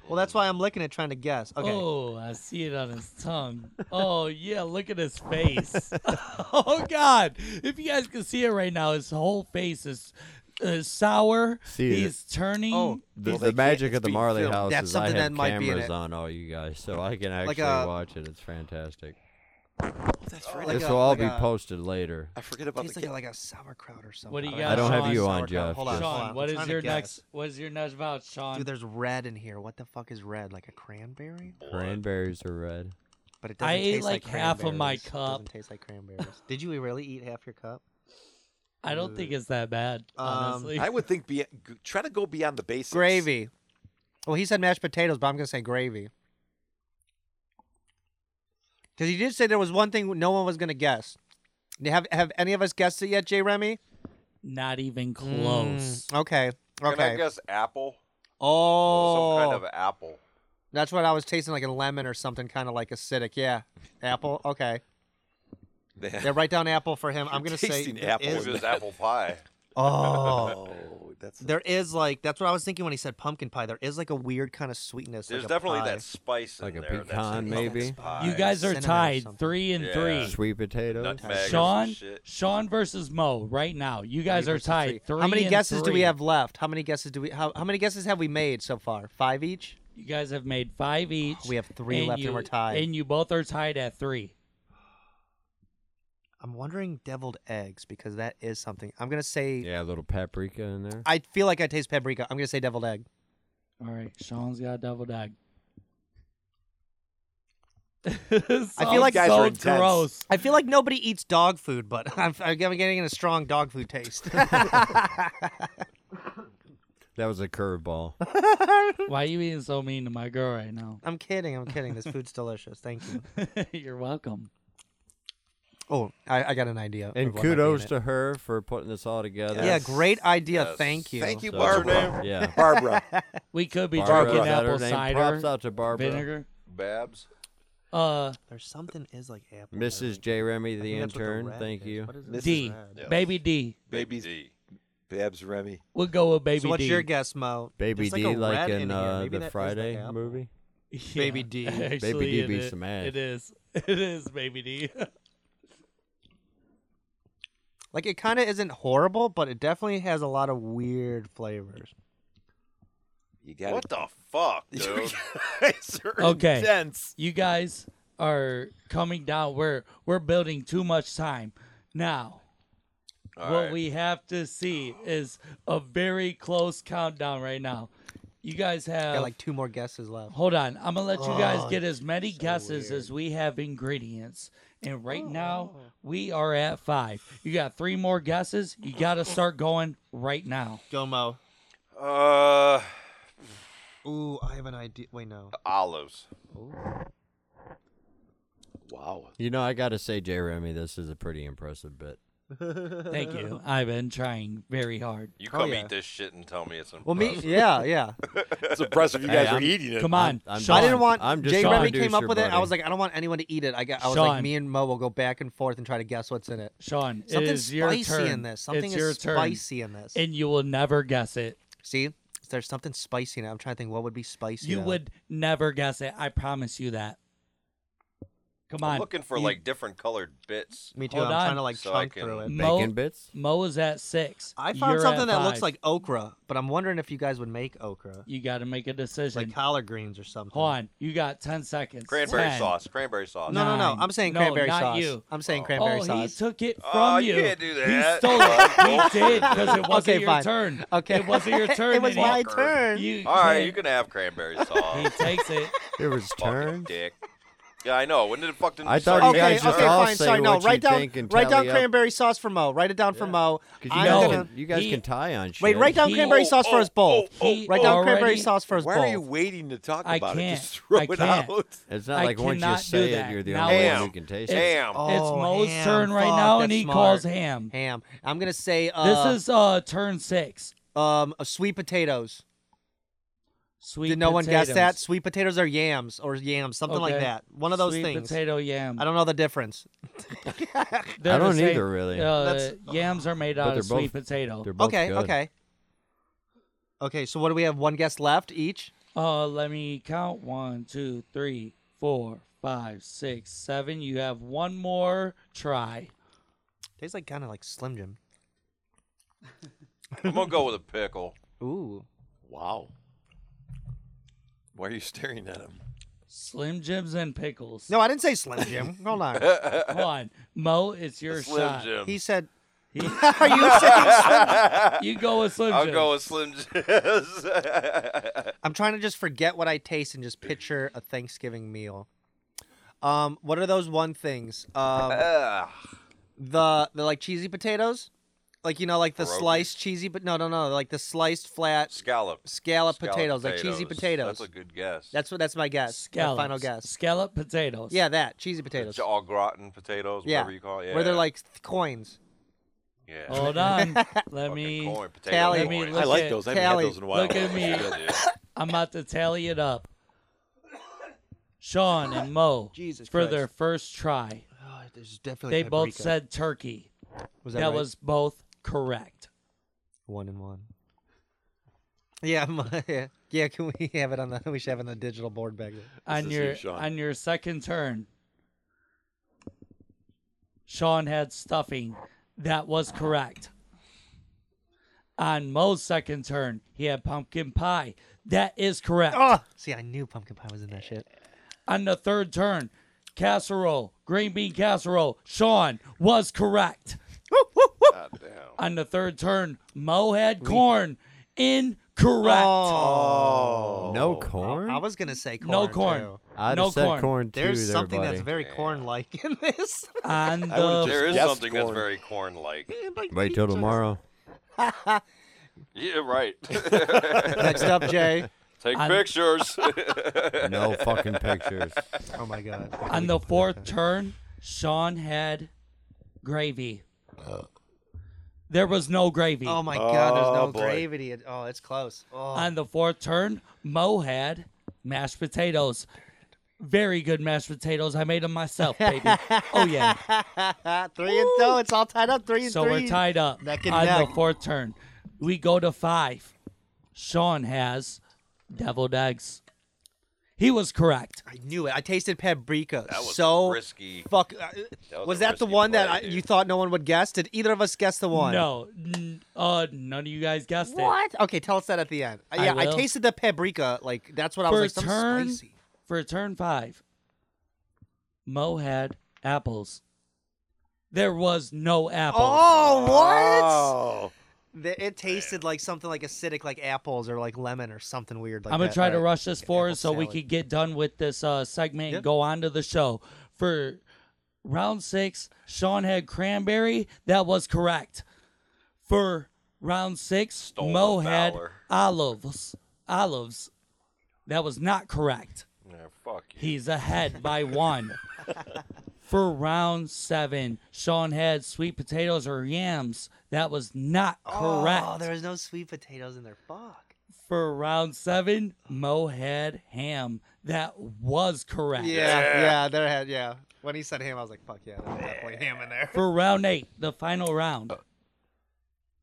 D: well, that's why I'm looking at trying to guess. Okay.
E: Oh, I see it on his tongue. Oh yeah, look at his face. oh God! If you guys can see it right now, his whole face is uh, sour.
F: See it.
E: He's turning.
D: Oh,
F: The,
B: Well,
F: the
B: they can't-
F: magic
B: it's
F: of the
B: being
F: Marley
B: filmed.
F: House
D: That's
F: is I
D: something
F: have
D: that might be in
F: cameras
D: it.
F: on all you guys, so I can actually
D: Like a-
F: watch it. It's fantastic.
B: Oh, That's right.
D: Oh, Like
F: this
D: a-
F: will all
D: like
F: be
D: a-
F: posted later.
B: I forget about the
D: Tastes like a, like a sauerkraut or something.
E: What do you
D: I
E: got,
D: know.
E: I don't have Sean? you
F: on,
D: Sauerkraut.
F: Jeff.
D: Hold on,
E: Sean,
D: hold on.
E: what
D: I'm
E: is
D: trying to
E: your
D: guess.
E: next? What is your next vouch, Sean?
D: Dude, there's red in here. What the fuck is red? Like a cranberry?
F: Cranberries are red.
D: But it doesn't
E: I ate,
D: taste like,
E: like, half of my
D: cranberries. It doesn't
E: cup.
D: taste like cranberries. Did you really eat half your cup?
E: I don't think it's that bad,
D: Um,
E: honestly.
B: I would think be, g- try to go beyond the basics.
D: Gravy. Well, he said mashed potatoes, but I'm gonna say gravy. Because he did say there was one thing no one was gonna guess. Have have any of us guessed it yet, Jay Remy?
E: Not even close.
D: Mm, okay.
H: Can I
D: Okay.
H: guess apple?
D: oh,
H: Some kind of apple.
D: That's what I was tasting, like a lemon or something, kind of like acidic. Yeah, apple. Okay, yeah. Write down apple for him. I'm gonna say
B: tasting
D: there
B: apple
H: It
D: is-
H: was just apple pie.
D: oh,
B: Oh, that's
D: there is like that's what I was thinking when he said pumpkin pie. There is like a weird kind of sweetness.
H: There's
D: like a
H: definitely
D: pie.
H: that spice in
F: Like a
H: there. that's
F: pecan,
H: in
F: maybe?
H: pumpkin pie.
E: you guys are
D: cinnamon or
E: tied
D: something.
E: three and
H: Yeah.
E: three.
F: Sweet potatoes.
H: Nutmeg.
E: Sean,
H: Shit.
E: Sean versus Mo right now. You guys are tied three.
D: How many
E: and
D: guesses do we
E: three.
D: have left? How many guesses do we? How, how many guesses have we made so far? Five each.
E: You guys have made five each.
D: We have three left and
E: you,
D: we're tied.
E: And you both are tied at three.
D: I'm wondering deviled eggs because that is something. I'm gonna say.
F: Yeah, a little paprika in there.
D: I feel like I taste paprika. I'm gonna say deviled egg.
E: All right, Sean's got a double dog.
D: I feel like
B: guys are intense.
E: gross.
D: I feel like nobody eats dog food, but I'm, I'm getting a strong dog food taste.
F: That was a curveball.
E: Why are you being so mean to my girl right now?
D: I'm kidding. I'm kidding. This food's delicious. Thank you.
E: You're welcome.
D: Oh, I, I got an idea.
F: And kudos to her for putting this all together.
D: Yeah, great idea.
H: Yes.
D: Thank you.
B: Thank you,
F: So-
B: Barbara.
F: Yeah.
B: Barbara.
E: We could be
F: Barbara
E: drinking
F: said her
E: apple
F: name. Props
E: cider
F: out to Barbara.
E: vinegar.
H: Babs.
E: Uh,
D: There's something is like apple.
F: Mrs. J. Remy, the intern. Thank you.
E: D.
H: Yeah.
E: Baby D.
H: Baby
B: Babies.
H: D.
B: Babs Remy.
E: We'll go with Baby
D: so what's
E: D.
D: your guess, Mo?
F: Baby
D: There's
F: D,
D: like a
F: like
D: rat
F: in,
D: in here.
F: uh,
D: Maybe that
F: the
D: is
F: Friday
D: like apple.
F: movie.
D: Baby D.
E: Actually,
F: Baby D
E: it
F: beats
E: i-
F: some ass.
E: It is. It is Baby D.
D: Like it kind of isn't horrible, but it definitely has a lot of weird flavors.
B: You got
H: What the fuck,
B: it.
H: dude?
E: Okay.
B: Intense.
E: you guys are coming down. We're we're building too much time. Now,
H: All
E: what
H: right.
E: we have to see is a very close countdown right now. You guys have
D: Got like two more guesses left.
E: Hold on. I'm going to let you
D: Oh,
E: guys get as many guesses as we have ingredients. And right now, we are at five. You got three more guesses. You got to start going right now.
D: Go Mo.
H: Uh,
D: Ooh, I have an idea. Wait, no.
H: olives.
B: Wow.
F: You know, I gotta say, J. Remy, this is a pretty impressive bit.
E: Thank you. I've been trying very hard.
H: You
D: Oh,
H: come
D: yeah.
H: eat this shit and tell me it's
D: Well, me.
F: Uh,
H: impressive.
D: Yeah, yeah.
B: It's impressive you
F: Hey,
B: guys are
F: I'm-
B: eating it.
E: Come on.
F: I'm
E: Sean.
D: I didn't want.
F: I'm just
D: Jay
F: trying to
D: Remy
F: do
D: came
F: your
D: up with it. I
F: buddy.
D: was like, I don't want anyone to eat it. I got. I was like,
E: Sean.
D: me and Mo will go back and forth and try to guess what's in it.
E: Sean, it
D: Something
E: is your
D: spicy
E: turn.
D: in this. Something
E: it's
D: is
E: your turn.
D: spicy in this.
E: And you will never guess it.
D: See, there's something spicy in it. I'm trying to think what would be spicy.
E: You
D: now.
E: would never guess it. I promise you that. Come on.
H: I'm looking for
E: You-
H: like different colored bits.
D: Me too.
E: Hold
D: I'm
E: on.
D: trying to like
H: So I
D: chunk through
H: can-
D: it.
E: Mo-
F: Bacon bits?
E: Mo is at six.
D: I found
E: You're at
D: something that looks
E: five.
D: like okra, but I'm wondering if you guys would make okra,
E: You got to make a decision.
D: like collard greens or something.
E: Hold on, you got ten seconds.
H: Cranberry
E: 10.
H: sauce. Cranberry sauce.
D: No, no, no.
E: Nine.
D: I'm saying
E: No,
D: cranberry
E: not
D: sauce.
E: you.
D: I'm saying
H: Oh.
D: cranberry
E: oh,
D: sauce.
E: he took it from
H: Oh,
E: you.
H: you can't do
E: He
H: that.
E: stole it. he did because it wasn't
D: okay,
E: your
D: fine.
E: turn.
D: Okay,
E: it wasn't your turn.
D: it was
E: and
D: my
E: he-
D: turn.
E: You
H: All right, you
E: can't-
H: can have cranberry sauce.
E: He takes it.
F: It was
H: Fucking
F: turned.
H: dick. Yeah, I know. When did the fuck did
F: I
H: we
F: thought
H: start
F: you
D: okay,
H: eating
D: okay,
H: this?
F: guys just all
D: fine.
F: say
D: Sorry, no.
F: what you
D: Write down,
F: think and
D: write down
F: tally up.
D: cranberry sauce for Mo. Write it down for Mo.
F: Because you,
D: I'm
F: guys
E: No.
D: gonna
F: can- you guys
E: He-
F: can tie on shit.
D: wait. Write down
E: He-
D: cranberry sauce for us both.
F: Oh,
E: He
D: Write down cranberry
E: already-
D: sauce for us
B: Why
D: both.
B: are you waiting to talk
E: I
B: about it?
E: can't.
B: Just throw
E: I
B: it
E: can't.
B: out.
F: It's not
E: I
F: like once you
E: cannot do
F: say it,
E: that.
F: you're the
E: Now
F: only
H: it's-
F: one who can taste it.
H: Damn.
D: Oh,
E: it's Mo's
D: ham.
E: turn right
D: Fuck,
E: now, and
D: that's
E: he
D: smart.
E: calls ham.
D: ham. I'm gonna say uh,
E: This is uh turn six.
D: um a sweet potatoes.
E: Sweet.
D: Did no one guess that?
E: potatoes.
D: Sweet potatoes are yams or yams, something like
E: Okay.
D: that. One of those
E: Sweet
D: things.
E: Potato yam.
D: I don't know the difference.
E: They're
F: I
E: the
F: don't
E: same-
F: either, really.
E: Uh,
D: That's-
E: yams are made
F: But
E: out
F: they're
E: of sweet
F: both-
E: potato.
F: They're both
D: Okay,
F: good.
D: okay. Okay, so what do we have? One guess left each?
E: Uh, let me count. One, two, three, four, five, six, seven. You have one more try.
D: Tastes like kind of like Slim Jim.
H: I'm gonna go with a pickle.
D: Ooh.
B: Wow. Why are you staring at him?
E: Slim Jims and pickles.
D: No, I didn't say Slim Jim. Hold on.
E: Come on, Mo, it's your
H: Slim
E: shot.
H: Jim.
D: He said. Are you saying?
E: You go with Slim
H: I'll
E: Jim.
H: go with Slim Jims.
D: I'm trying to just forget what I taste and just picture a Thanksgiving meal. Um, what are those one things? Um,
H: Ah,
D: the the like cheesy potatoes, like you know, like the
H: Pierogies.
D: sliced cheesy, but no, no, no, like the sliced flat
H: Scallop.
D: scallop,
H: Scallop
D: potatoes, like cheesy potatoes.
H: That's a good guess.
D: That's what that's my guess.
E: Scallops.
D: My final guess.
E: Scallop potatoes.
D: Yeah, that cheesy potatoes.
H: It's all gratin potatoes,
D: Yeah.
H: whatever you call it. Yeah.
D: Where they're like th- coins.
H: yeah.
E: Hold on. Let
H: Fucking
E: Oh, me.
H: corn, potato
D: tally.
E: Let me
H: corn.
E: look
B: I like
E: at-
B: those. I haven't
D: Tally,
B: had those in a while.
E: look at me. I'm about to tally it up. Sean and Mo
D: Jesus
E: for
D: Christ.
E: their first try.
D: Oh, there's definitely.
E: They both said turkey.
D: was
E: That,
D: right?
E: was both correct.
D: one and one. Yeah, my, yeah, yeah. Can we have it on the? We should have it on the digital board back there.
E: on
B: is
E: your
B: you, Sean.
E: on your second turn. Sean had stuffing. That was correct. On Mo's second turn, he had pumpkin pie. That is correct.
D: Oh, see, I knew pumpkin pie was in that shit.
E: On the third turn, casserole, green bean casserole. Sean was correct.
H: God damn.
E: On the third turn, Mo had corn. Incorrect.
D: Oh,
F: No corn?
D: I was gonna say corn.
E: No corn.
D: too.
F: I'd
E: no
F: have said
E: corn.
F: corn too
D: There's
F: there,
D: something
F: buddy.
D: that's very corn-like in this.
E: On the
B: would've just
H: There is
B: guessed
H: something that's
B: corn.
H: very corn like.
F: Wait till tomorrow.
H: Yeah, right.
D: Next up, Jay.
H: Take
E: I'm-
H: pictures.
F: No fucking pictures.
D: Oh my god.
E: On the fourth turn, Sean had gravy. There was no gravy.
D: Oh my god. There's no
B: Oh, boy.
D: gravity. at- Oh, it's close. Oh.
E: On the fourth turn, Mo had mashed potatoes. Very good mashed potatoes. I made them myself, baby. oh yeah.
D: three and two. It's all tied up. Three and
E: So
D: three.
E: we're tied up
D: Neck and
E: on
D: neck.
E: the fourth turn. We go to five. Sean has deviled eggs. He was correct.
D: I knew it. I tasted paprika.
H: That was
D: so
H: risky.
D: Fuck. uh,
H: That
D: was,
H: was a
D: that the
H: risky
D: one that
H: play,
D: I,
H: dude.
D: you thought no one would guess? Did either of us guess the one?
E: No, n- uh, none of you guys guessed it.
D: What? Okay, tell us that at the end. Uh,
E: I
D: yeah, I,
E: will.
D: tasted the paprika. Like that's what I
E: For
D: was like.
E: turn-
D: Something spicy.
E: for turn five, Mo had apples. There was no apples.
D: Oh, what?
B: Oh,
D: The- it tasted like something like acidic, like apples or like lemon or something weird. Like
E: I'm gonna
D: that,
E: try to
D: right?
E: rush this
D: Like an
E: forward
D: apple
E: so we
D: salad.
E: could get done with this uh, segment
D: Yeah.
E: and go on to the show. For round six, Sean had cranberry. That was correct. For round six,
H: Stole
E: Mo
H: the
E: had
H: valor.
E: olives. Olives. That was not correct.
H: Yeah, fuck you.
E: He's ahead by one. For round seven, Sean had sweet potatoes or yams. That was not correct.
D: Oh, there was no sweet potatoes in there. Fuck.
E: For round seven, Mo had ham. That was correct.
D: Yeah, yeah, there had yeah. When he said ham, I was like, fuck yeah, there's definitely ham in there.
E: For round eight, the final round,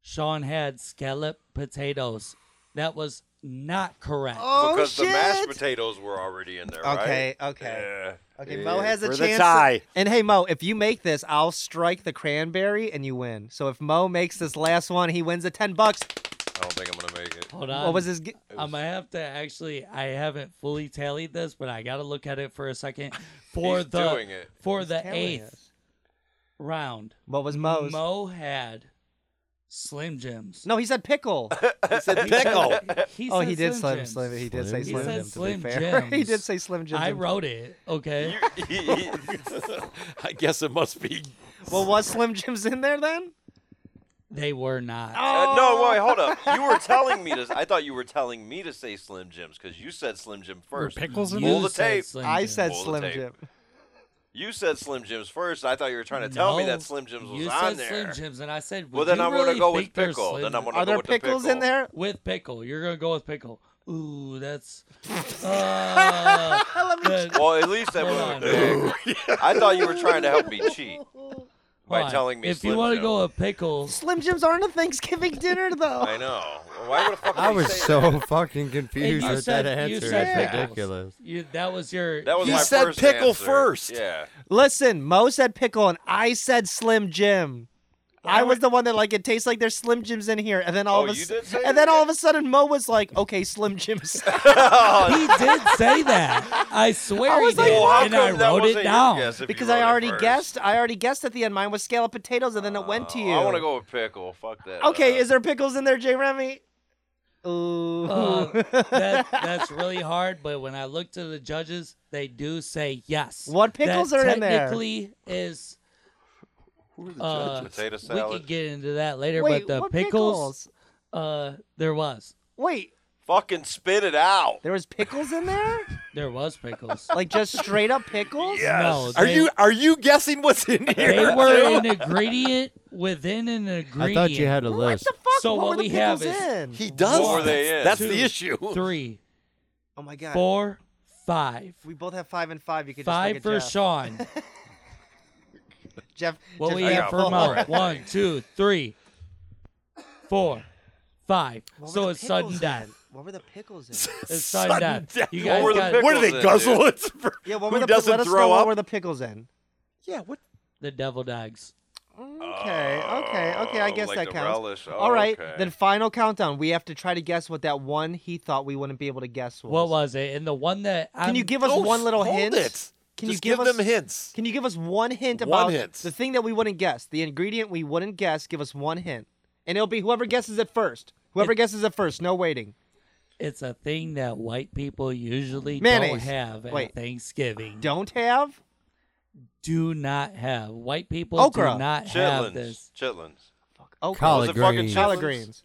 E: Sean had scallop potatoes. That was not correct.
D: Oh
H: because
D: shit.
H: the mashed potatoes were already in there,
D: Okay,
H: right?
D: okay.
H: Yeah.
D: Okay, Mo has a
B: for the
D: chance. to-
B: tie.
D: and hey, Mo, if you make this, I'll strike the cranberry and you win. So if Mo makes this last one, he wins the ten bucks.
H: I don't think I'm gonna make it.
E: Hold on.
D: What was his? G-
E: I'm gonna have to actually. I haven't fully tallied this, but I gotta look at it for a second. For
H: He's
E: the
H: doing it.
E: for the
D: telling
E: eighth
D: us.
E: round,
D: What was Mo's?
E: Mo had Slim Jims.
D: No, he said pickle.
B: It's a pickle.
E: he
D: oh,
E: said
D: he did slim,
E: Jims.
D: slim. He did say
E: He
D: slim.
E: said
D: Jim,
E: Slim
D: to be fair, he did
E: Jims.
D: say slim Jim.
E: I
D: Jim.
E: wrote it. Okay.
B: I guess it must be.
D: Well, was Slim Jim's in there then?
E: They were not.
H: Uh, no, wait, hold up. You were telling me to. I thought you were telling me to say Slim Jims because you said Slim Jim
G: Were
H: first.
G: pickles in
H: You-
G: it?
H: Roll the
E: said
H: tape.
E: Slim
D: I
E: Jims.
D: said
H: Roll the
D: Slim
H: tape.
D: Jim.
H: You said Slim Jims first. I thought you were trying to tell me
E: No,
H: that Slim Jims was
E: you
H: on
E: said
H: there.
E: Slim Jims, and I said,
H: Well,
E: "Would
H: then
E: you
H: I'm
E: really
H: gonna go with
E: think they're
H: pickle.
E: Slim
H: Then I'm
E: Jims?"
H: gonna
D: Are
H: go
D: there
H: with
D: pickles
H: the pickle.
D: in there?
E: with pickle. You're gonna go with pickle. Ooh, that's. Uh, that-
H: Well, at least that
E: Hold on.
H: would I thought you were trying to help me cheat by
E: Fine.
H: telling me
E: If
H: Slim
E: you want to
H: Jim.
E: go with pickle,
D: Slim Jims aren't a Thanksgiving dinner though.
H: I know. Why would the fuck would
F: I
H: he
F: was
H: say that?
F: so fucking confused
E: you
F: with
E: said-
F: that
E: you
F: answer.
E: said
F: It's
E: pickles.
F: ridiculous.
E: you, that was your.
H: That was
B: He
H: my
B: said
H: first
B: pickle
H: answer.
B: first.
H: Yeah.
D: Listen, Mo said pickle, and I said Slim Jim. I was the one that like it tastes like there's Slim Jims in here, and then all
H: Oh,
D: of a
H: you
D: s-
H: did say
D: and then all of a sudden Mo was like, "Okay, Slim Jims."
E: he did say that. I swear
D: I
E: he
D: was
E: did,
D: like,
H: Well, how
E: and
H: come
E: I
H: that
E: wrote
H: wasn't
E: it
H: your
E: down.
H: guess if you
D: because
H: wrote
D: I
H: it
D: already
H: first?
D: guessed. I already guessed at the end. Mine was scallop potatoes, and then it went to you.
H: Oh, I want to go with pickle. Fuck that.
D: Okay,
H: Uh,
D: is there pickles in there, J. Remy? Ooh.
E: Uh, that, that's really hard, but when I look to the judges, they do say yes.
D: What pickles
E: that
D: are in there?
E: Technically, is uh,
H: Potato
E: we
H: salad.
E: could get into that later.
D: Wait,
E: but the
D: what
E: pickles, uh, there was,
D: Wait,
H: Fucking spit it out.
D: there was pickles in there?
E: there was pickles.
D: like just straight up pickles? Yeah.
E: No,
B: Are
E: they-
B: you are you guessing what's in here?
E: They were an ingredient within an ingredient.
F: I thought you had a
D: What
F: list.
D: the fuck?
E: So
D: what,
E: what
D: were the
E: we have
D: pickles in?
B: He does.
H: What were they in?
B: That's
E: Two.
B: the issue.
E: three,
D: oh my god.
E: four, five.
D: We both have five and five. You could
E: Five
D: just look
E: for
D: at Jeff.
E: Sean.
D: Jeff.
E: What
D: Jeff,
E: we
D: you
E: have
D: got
E: for
D: full.
E: Mo? One, two, three, four, five.
D: What were
E: so
D: the
E: it's sudden
D: pickles
E: death.
D: in? What were the pickles in?
E: It's sudden death. You guys
H: were the
E: got
H: pick-
B: What are they
H: Pickles in,
B: guzzling?
H: dude.
B: It's for-
D: Yeah, what
B: who
D: were the pi-
B: doesn't
D: let us
B: throw
D: know
B: up?
D: what were the pickles in?
B: yeah, what?
E: the deviled eggs.
D: Okay, okay, okay. I
H: Oh,
D: guess
H: like
D: that
H: the
D: counts.
H: relish. Oh,
D: All right,
H: okay.
D: then final countdown. We have to try to guess what that one he thought we wouldn't be able to guess was.
E: What was it? And the one that
D: Can
E: I'm-
D: you give us
B: Oh,
D: one little
B: hold
D: hint?
B: it.
D: Can you
B: Just
D: give,
B: give
D: us,
B: them hints?
D: Can you give us one hint
B: One
D: about
B: hint.
D: the thing that we wouldn't guess, the ingredient we wouldn't guess? Give us one hint, and it'll be whoever guesses it first. Whoever guesses it first, no waiting.
E: It's a thing that white people usually don't
D: Mayonnaise.
E: have at
D: Wait.
E: Thanksgiving.
D: Don't have.
E: Do not have white people
F: Oh,
D: Okra.
E: do not have
H: Chitlins.
E: this.
H: Chitlins.
D: Oh,
F: Collard
H: Was it fucking
F: greens.
H: chill-
D: collard greens.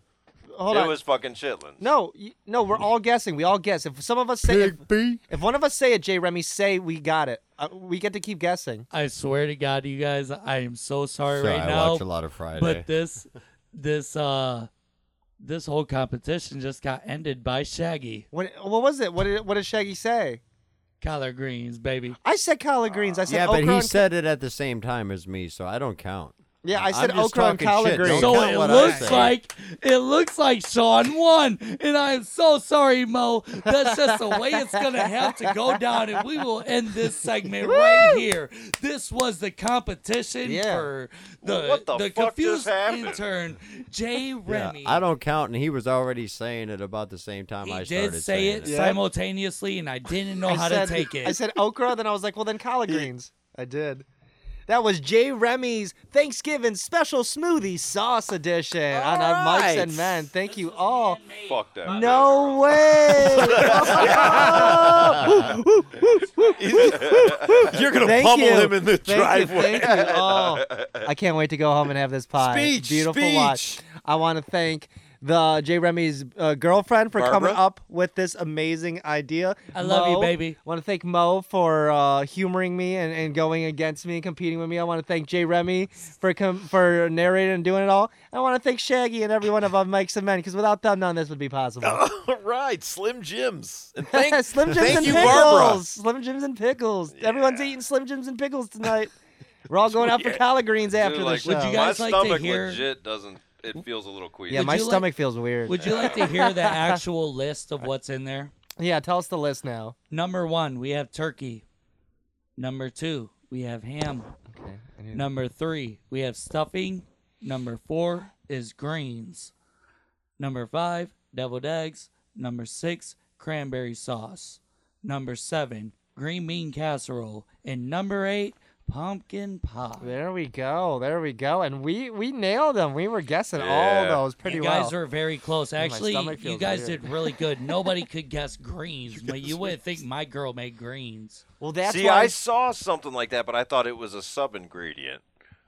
D: Hold
H: it
D: on.
H: was fucking chitlins.
D: No, y- no, we're all guessing. We all guess. If some of us say, if,
F: Big B.
D: if one of us say it, Jay Remy, say we got it. Uh, we get to keep guessing.
E: I swear to God, you guys, I am so sorry
F: So
E: right
F: I
E: now.
F: watch a lot of Friday.
E: but this, this, uh, this whole competition just got ended by Shaggy.
D: What, what was it? What did, what did Shaggy say?
E: collard greens, baby.
D: I said collard greens. I said
F: yeah,
D: okra
F: but he
D: and-
F: said it at the same time as me, so I don't count.
D: Yeah, I
F: I'm
D: said
F: just
D: okra and
F: talking
D: collard
F: shit.
D: greens.
F: Don't
E: So
F: count
E: it
F: what I
E: looks
F: say.
E: like it looks like Sean won, and I am so sorry, Mo. That's just the way it's gonna have to go down, and we will end this segment right here. This was the competition
D: Yeah.
E: for the
H: What the fuck just
E: confused
H: happened?
E: intern Jay
F: Yeah,
E: Remy.
F: I don't count, and he was already saying it about the same time
E: he
F: I started
E: did say
F: saying
E: it simultaneously, and I didn't know
D: I
E: how
D: said,
E: to take it.
D: I said okra, then I was like, well, then collard greens. I did. That was Jay Remy's Thanksgiving special smoothie sauce edition on our mics and men. Thank you all.
H: Fuck that.
D: No way!
B: You're gonna
D: Thank
B: pummel
D: you.
B: him in the
D: Thank
B: driveway.
D: You, thank you. Oh, I can't wait to go home and have this pie.
B: Speech,
D: Beautiful
B: speech.
D: watch. I want to thank the J. Remy's uh, girlfriend for coming
B: Barbara?
D: up with this amazing idea.
E: I love you,
D: Mo,
E: baby.
D: I want to thank Mo for uh, humoring me and, and going against me and competing with me. I want to thank J. Remy for com- for narrating and doing it all. I want to thank Shaggy and everyone of uh, Mike's and Men because without them, none of this would be possible.
B: All right, Slim Jims. And thank,
D: Slim Jims
B: thank
D: and
B: you,
D: pickles.
B: Barbara.
D: Slim Jims and pickles. Everyone's eating Slim Jims and pickles tonight. We're all going out for collard greens
H: Dude,
D: after
H: like,
D: the show.
E: would you
H: my
E: guys like to
H: stomach
E: hear-
H: legit doesn't. It feels a little queasy.
D: yeah, my
E: you like-
D: stomach feels weird.
E: Would you like to hear the actual list of what's in there?
D: yeah, tell us the list now.
E: Number one, we have turkey. Number two, we have ham.
D: Okay.
E: Number three, we have stuffing. Number four is greens. Number five, deviled eggs. Number six, cranberry sauce. Number seven, green bean casserole. And number eight, pumpkin pie.
D: There we go. There we go. And we we nailed them. We were guessing
H: Yeah.
D: all those pretty
E: You
D: well.
E: guys are very close. Actually,
D: stomach
E: you
D: feels
E: guys
D: weird.
E: did really good. Nobody could guess greens, but you would think my girl made greens.
D: well, that's
H: See,
D: why
H: I saw something like that, but I thought it was a sub ingredient.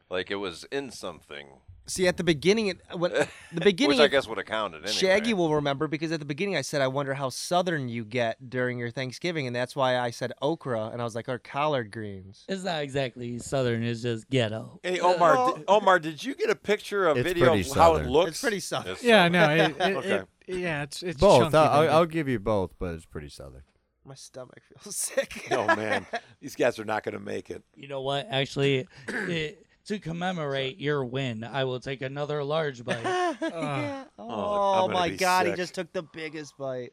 H: Like it was in something.
D: see at the beginning. It, when, the beginning.
H: Which I
D: it-
H: guess would have counted anyway.
D: Shaggy will remember because at the beginning I said, I wonder how southern you get during your Thanksgiving. And that's why I said okra. And I was like, or collard greens.
E: It's not exactly southern. It's just ghetto.
B: Hey Omar, di- Omar, did you get a picture, a
F: It's
B: video of
F: pretty
B: how it
F: southern.
B: looks?
D: Uh, It's pretty southern.
H: It's-
G: Yeah, no. It, it,
B: Okay.
G: it- yeah, it's it's
F: Both.
G: Chunky,
F: I'll, I'll-
G: baby.
F: I'll give you both, but it's pretty southern.
D: My stomach feels sick.
B: oh man, these guys are not going to make it.
E: You know what? Actually, it, to commemorate your win, I will take another large bite.
D: yeah.
B: Oh,
D: Oh,
B: I'm gonna
D: my
B: be
D: god, he
B: sick.
D: just took the biggest bite.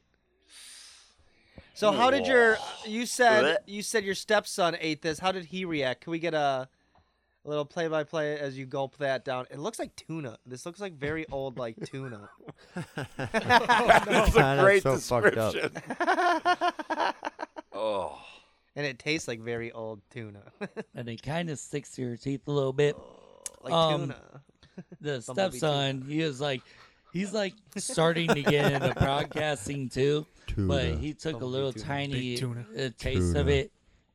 D: So how did your you said you said your stepson ate this. How did he react? Can we get a little play by play as you gulp that down? It looks like tuna. This looks like very old like tuna.
B: That's
D: Ah,
F: That's
B: a great
F: so fucked up.
B: description.
H: Oh.
D: And it tastes like very old tuna.
E: and it kind of sticks to your teeth a little bit.
D: like
E: Um,
D: tuna.
E: The
D: Bumblebee
E: stepson, he was like, he's like starting to get into broadcasting too, but he took a little tiny
G: Big tuna.
E: uh, taste of
F: Tuna.
E: it.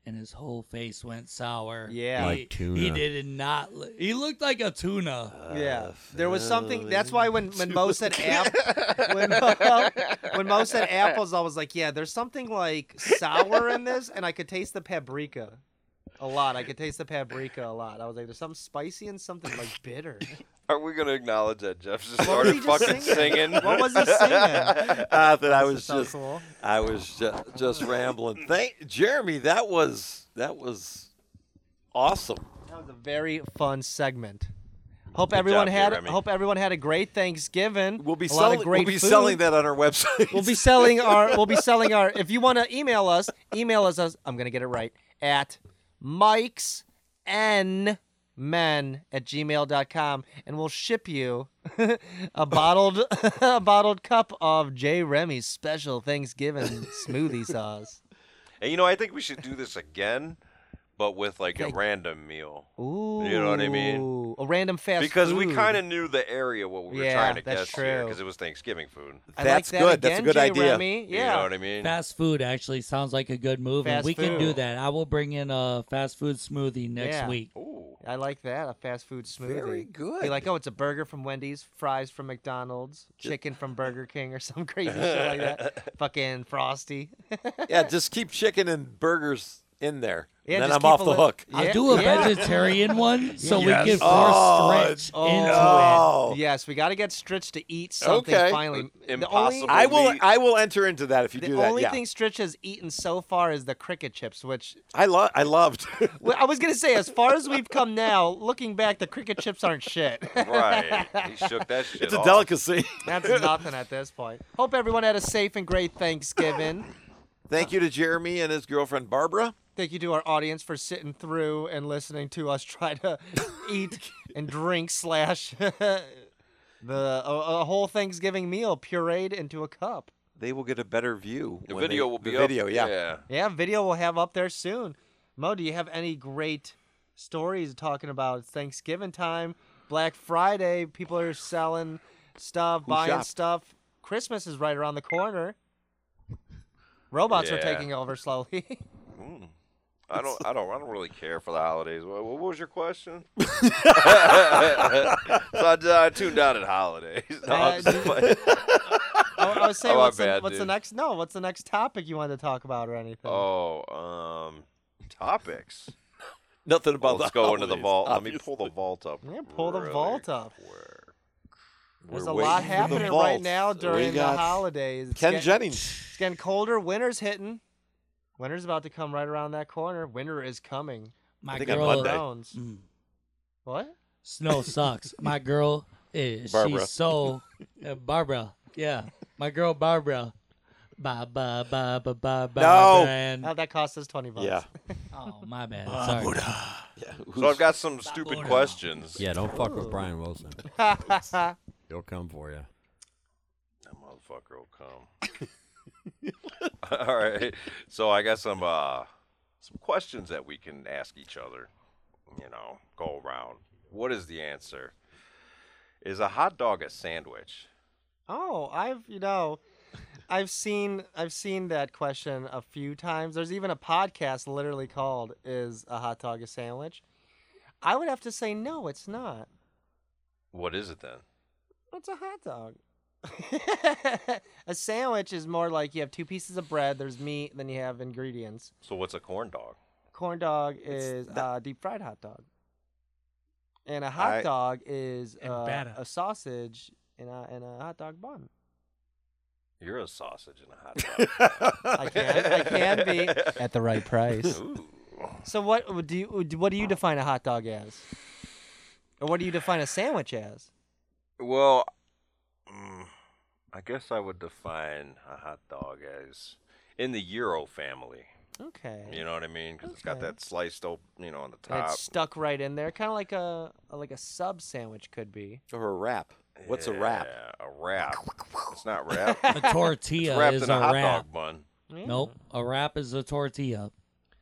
E: And his whole face went sour.
D: Yeah.
E: he,
D: Like
E: He
F: tuna.
E: did not. Look, he looked like a tuna.
B: Uh,
D: Yeah, there was something. That's why when, when Mo said apple, when, Mo- when Mo said apples, I was like, yeah, there's something like sour in this, and I could taste the paprika a lot. I could taste the paprika a lot. I was like, there's something spicy and something like bitter.
H: Are we gonna acknowledge that Jeff just
D: What
H: started
D: was he just
H: fucking
D: singing?
H: singing?
D: What was he singing?
B: Uh, that I was
D: so
B: just,
D: cool.
B: I was just, just rambling. Thank Jeremy. That was that was awesome.
D: That was a very fun segment. Hope everyone
H: job,
D: had.
H: Jeremy.
D: Hope everyone had a great Thanksgiving.
B: We'll be
D: a lot
B: selling.
D: of great
B: we'll be
D: food.
B: selling that on our website.
D: We'll be selling our. We'll be selling our. If you want to email us, email us. us- I'm gonna get it right at Mike's N men at gmail.com and we'll ship you a bottled a bottled cup of J. Remy's special Thanksgiving smoothie sauce.
H: And you know, I think we should do this again, but with like a random meal.
D: Ooh.
H: know what I mean?
D: A random fast
H: Because we
D: food.
H: kind of knew the area what we were
D: Yeah,
H: trying to
D: that's
H: guess here
D: true.
H: because it was Thanksgiving food.
D: I
B: That's
D: like that
B: good. That's a
D: again,
B: good
D: J.
B: idea.
D: Remy. Yeah.
H: You know what I mean?
E: Fast food actually sounds like a good move, and
D: Uh, Fast
E: we can do
D: food.
E: that. I will bring in a fast food smoothie next
D: Yeah.
E: week.
H: Ooh.
D: I like that. A fast food smoothie.
B: Very good.
D: Be like, oh, it's a burger from Wendy's, fries from McDonald's, chicken from Burger King, or some crazy shit like that. Fucking frosty.
B: yeah, just keep chicken and burgers in there.
D: Yeah,
B: then
D: just
B: I'm
D: keep
B: off
D: a
B: the
D: little-
B: hook.
D: Yeah,
E: I'll do a
D: yeah.
E: vegetarian one so
G: Yes.
E: we can force
B: Oh,
E: stretch
D: oh,
E: into it.
B: Oh,
D: Yes, we got to get Stritch to eat something
B: Okay.
D: finally. The only,
H: Impossible.
B: I will.
H: meat.
B: I will enter into that if you
D: the
B: do that.
D: only
B: yeah,
D: thing Stritch has eaten so far is the cricket chips, which
B: I love. I loved.
D: well, I was going to say, as far as we've come now, looking back, the cricket chips aren't shit.
H: right. He shook that shit
B: it's a
H: off.
B: delicacy.
D: That's nothing at this point. Hope everyone had a safe and great Thanksgiving.
B: Thank you to Jeremy and his girlfriend Barbara.
D: Thank you to our audience for sitting through and listening to us try to eat and drink slash the a, a whole Thanksgiving meal pureed into a cup.
B: They will get a better view.
H: The
B: when they-
H: video will be
B: the
H: up.
B: video. Yeah.
D: Yeah, video we'll have up there soon. Mo, do you have any great stories talking about Thanksgiving time, Black Friday? People are selling stuff, buying
B: shopped?
D: stuff. Christmas is right around the corner. Robots are
H: Yeah.
D: taking over slowly.
H: I don't. I don't. I don't really care for the holidays. What, what was your question? so I, I tuned out at holidays. No, I'm
D: Uh,
H: just playing.
D: I, I was saying,
H: Oh, my
D: what's, the,
H: bad,
D: what's the
H: dude.
D: next? No, what's the next topic you wanted to talk about or anything?
H: oh, um, topics.
B: Nothing
H: Well,
B: about.
H: let's
B: the
H: go into the
B: holidays,
H: vault. Let me
B: obviously.
H: pull the vault up.
D: Yeah, pull the
H: really
D: vault up.
H: quick.
D: There's
B: We're
D: a lot
B: waiting for the
D: happening right
B: vault.
D: now
B: We
D: during the
B: got
D: holidays. It's
B: Ken
D: getting-
B: Jennings.
D: It's getting colder. Winter's hitting. Winter's about to come right around that corner. Winter is coming.
E: My
B: think on
E: girl,
B: Monday.
D: Browns.
E: Mm.
D: What?
E: snow sucks. My girl is
B: Barbara.
E: she's so uh, Barbara. Yeah, my girl Barbara. Ba ba ba ba ba ba.
B: No.
E: and-
D: Oh, that cost us twenty bucks.
B: Yeah.
E: Oh my bad. Sorry.
H: So I've got some stupid questions.
F: Yeah, don't fuck with Brian Wilson. He'll come for you.
H: That motherfucker will come. All right. So I got some uh some questions that we can ask each other. You know, go around. What is the answer? Is a hot dog a sandwich?
D: Oh, I've you know, I've seen I've seen that question a few times. There's even a podcast literally called "Is a hot dog a sandwich?" I would have to say no, it's not.
H: What is it then?
D: What's a hot dog? a sandwich is more like you have two pieces of bread. There's meat, then you have ingredients.
H: So what's a corn dog?
D: Corn dog is a deep fried hot dog, and a hot
B: I-
D: dog is
G: And
D: uh,
G: batter.
D: a sausage and a, and a hot dog bun.
H: You're a sausage and a hot dog.
D: I can I can be at the right price.
H: Ooh.
D: So what would- do you what do you define a hot dog as? Or what do you define a sandwich as?
H: Well, mm, I guess I would define a hot dog as in the Euro family.
D: Okay.
H: You know what I mean? Because it's got
D: Okay.
H: that sliced open, you know, on the
D: And
H: top.
D: it's stuck right in there, kind of like a like a sub sandwich could be.
B: Or a wrap. What's a wrap?
H: Yeah, A wrap. It's not wrap.
E: A
H: it's
E: tortilla
H: wrapped
E: is
H: in
E: a,
H: a, hot
E: wrap.
H: dog bun.
D: Yeah.
E: Nope, a wrap is a tortilla.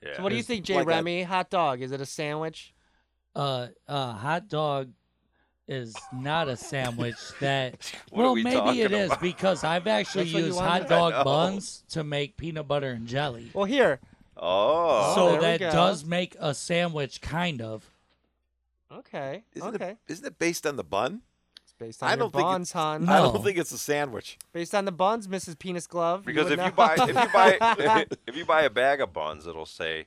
H: Yeah.
D: So what do you think, Jay
B: like a-
D: Remy? Hot dog? Is it a sandwich?
E: Uh, a hot dog is not a sandwich. That
H: What are
E: well,
H: we
E: maybe it
H: talking
E: is
H: about?
E: because I've actually
D: That's what you
E: used
D: wanted?
E: hot
H: I know.
E: dog buns to make peanut butter and jelly.
D: Well, here.
H: oh.
D: Oh,
E: so
D: there we
E: that
D: go.
E: does make a sandwich, kind of.
D: Okay.
B: Isn't
D: okay.
B: it, isn't it based on the bun?
D: it's based on
B: I
D: your
B: don't think it's-
D: buns, hon.
B: I
E: No.
B: don't think it's a sandwich.
D: Based on the buns, Mrs. Penis Glove.
H: because
D: would
H: if you
D: know.
H: buy if you buy if you buy a bag of buns, it'll say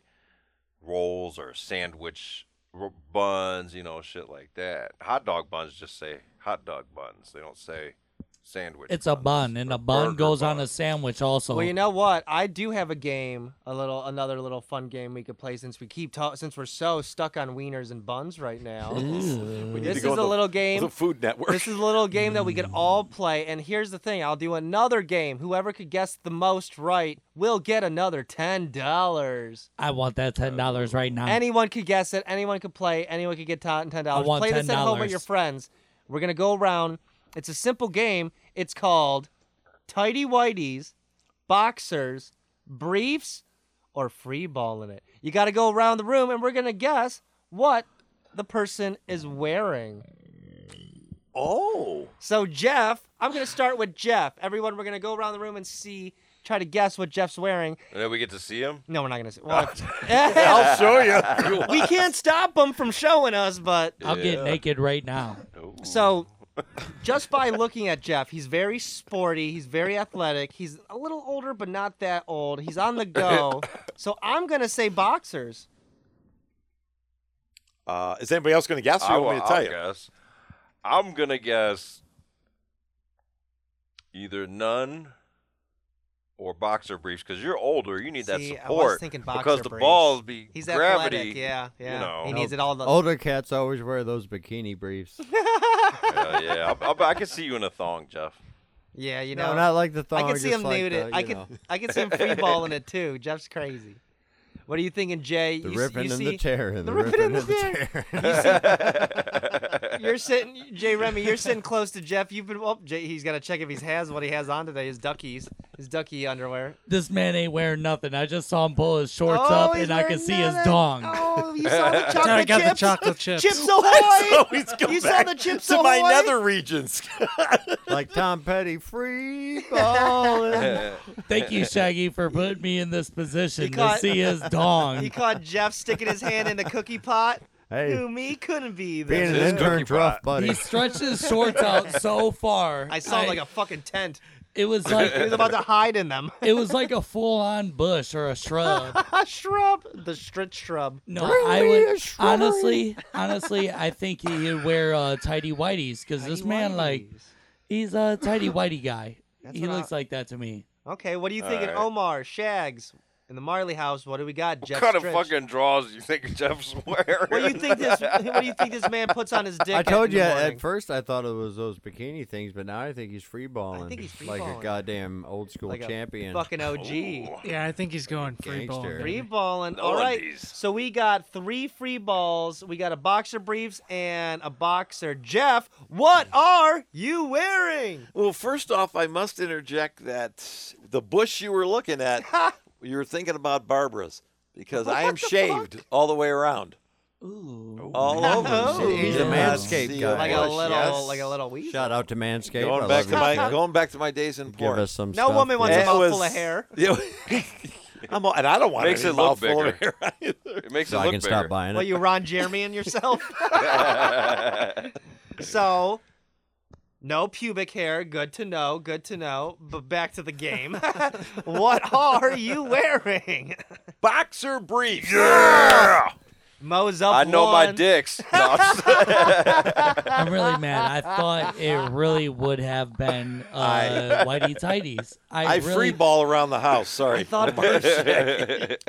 H: rolls or sandwich r- buns, you know, shit like that. Hot dog buns just say hot dog buns. They don't say sandwich.
E: It's a
H: buns
E: bun, and
H: or
E: a bun
H: burger
E: goes on a
H: buns.
E: sandwich also.
D: Well, you know what? I do have a game, a little, another little fun game we could play since we keep ta- since we're so stuck on wieners and buns right now.
B: We need
D: this
B: to
D: is
B: go
D: a
B: with the-
D: little
B: with
D: game.
B: The Food Network.
D: This is a little game that we could all play. And here's the thing: I'll do another game. Whoever could guess the most right will get another ten dollars.
E: I want that ten dollars right now.
D: Anyone could guess it. Anyone could play. Anyone could get ta- ten dollars.
E: want
D: Play this at home with
E: $10.
D: your friends. We're gonna go around. It's a simple game. It's called Tidy Whiteys, Boxers, Briefs, or Free Ball in it. You gotta go around the room, and we're gonna guess what the person is wearing.
B: oh.
D: So Jeff, I'm gonna start with Jeff. Everyone, we're gonna go around the room and see, try to guess what Jeff's wearing.
H: And then we get to see him.
D: No, we're not gonna see. Well,
B: I'll show you.
D: we can't stop them from showing us, but
E: I'll get
H: Yeah.
E: naked right now.
H: Ooh.
D: So just by looking at Jeff, he's very sporty. He's very athletic. He's a little older, but not that old. He's on the go. So I'm going to say boxers.
B: Uh, is anybody else going to guess? Or you want me to
H: will-
B: tell
H: I'll
B: you?
H: guess. I'm gonna guess either none or boxer briefs because you're older. You need that
D: See, I was
H: support
D: thinking
H: because
D: boxer
H: the
D: briefs.
H: balls be
D: He's
H: gravity.
D: athletic. Yeah, yeah.
H: know.
D: He needs it all the
F: Older cats always wear those bikini briefs.
H: Yeah, yeah. I, I, I can see you in a thong, Jeff.
D: Yeah, you know.
F: No, not like the
D: I
F: thong.
D: can see
F: just
D: him
F: like
D: nude
F: the,
D: it. I
F: you
D: can
F: know,
D: I can see him free balling it too. Jeff's crazy. What are you thinking, Jay?
F: the
D: you, s-
F: ribbon
D: you
F: and
D: see,
F: the tear and
D: the
F: the
D: ribbon and
F: ribbon and
D: the
F: the tear.
D: You're sitting, Jay Remy. You're sitting close to Jeff. You've been. Oh, Jay, he's got to check if he has what he has on today. His duckies, his ducky underwear.
E: This man ain't wearing nothing. I just saw him pull his shorts
D: oh,
E: up
D: he's
E: and I
D: wearing
E: can see his
D: nothing.
E: dong.
D: Oh, you saw the chocolate
G: I got
D: chips.
G: the chocolate chips.
D: Chips Ahoy!
B: So he's going
D: you
B: back
D: saw the chips
B: to
D: Ahoy?
B: my nether regions.
F: like Tom Petty, free balling.
E: Thank you, Shaggy, for putting me in this position to
D: caught-
E: see his
D: He
E: dong.
D: caught Jeff sticking his hand in the cookie pot. Who
F: hey,
D: me couldn't be.
F: being an
D: This.
H: This is
F: intern's
H: cookie
F: rough,
H: pot.
F: buddy.
E: He stretched his shorts out so far.
D: I sound like a fucking tent.
E: It was
D: He was
E: like
D: about to hide in them.
E: it was like a full-on bush or a shrub.
D: a shrub, the stretch shrub.
E: No, I would honestly, honestly, I think he'd wear uh, tidy whities because this man like he's a tidy whitey guy. he
D: what I-
E: looks like that to me.
D: Okay, what are you thinking,
H: Alright.
D: Omar Shags in the Marley House? What do we got,
H: What
D: Jeff?
H: kind
D: Stritch?
H: of fucking draws you think Jeff's wearing?
D: What do you think this? What do you think this man puts on his dick?
F: I told
D: in
F: you
D: the
F: at
D: morning?
F: first I thought it was those bikini things, but now I think he's free balling.
D: he's
F: like
D: free-balling.
F: a goddamn old school
D: Like a
F: champion.
D: Fucking OG.
G: Yeah, I think he's going free ball.
F: Gangster.
D: Free balling.
H: No
D: All right.
H: undies.
D: So we got three free balls. We got a boxer briefs and a boxer. Jeff, what are you wearing?
B: well, first off, I must interject that the bush you were looking at, you were thinking about Barbara's because I am shaved all the way around. Ooh. All over. so
D: Oh.
B: you
F: He's a
B: cannot
F: manscaped
B: see
F: guy.
D: Like a
B: bush,
D: little,
B: yes.
D: like a little weasel.
F: Shout out to Manscaped. I
B: Going
F: love
B: back to
F: you.
B: my going back to my days in
F: Give
B: porn.
F: us some.
D: No
F: stuff,
D: woman wants
F: please.
D: a
B: It
D: mouthful
B: was-
D: of hair.
B: Yeah, I'm all, and I don't want
H: Makes
B: any
H: it look
B: mouthful of
H: bigger.
B: hair either.
H: It makes
F: So
H: it
F: I
H: look
F: can
H: bigger.
F: stop buying
D: What
F: it.
D: you Ron Jeremy and yourself? so no pubic hair, good to know, good to know. But back to the game. what are you wearing?
B: Boxer briefs.
D: Mo's up.
H: I know my
D: one.
H: dicks. No, I'm just-
E: I'm really mad. I thought it really would have been uh,
B: I-
E: whitey tidies. I,
B: I
E: really,
B: free ball around the house. Sorry.
D: I thought about it.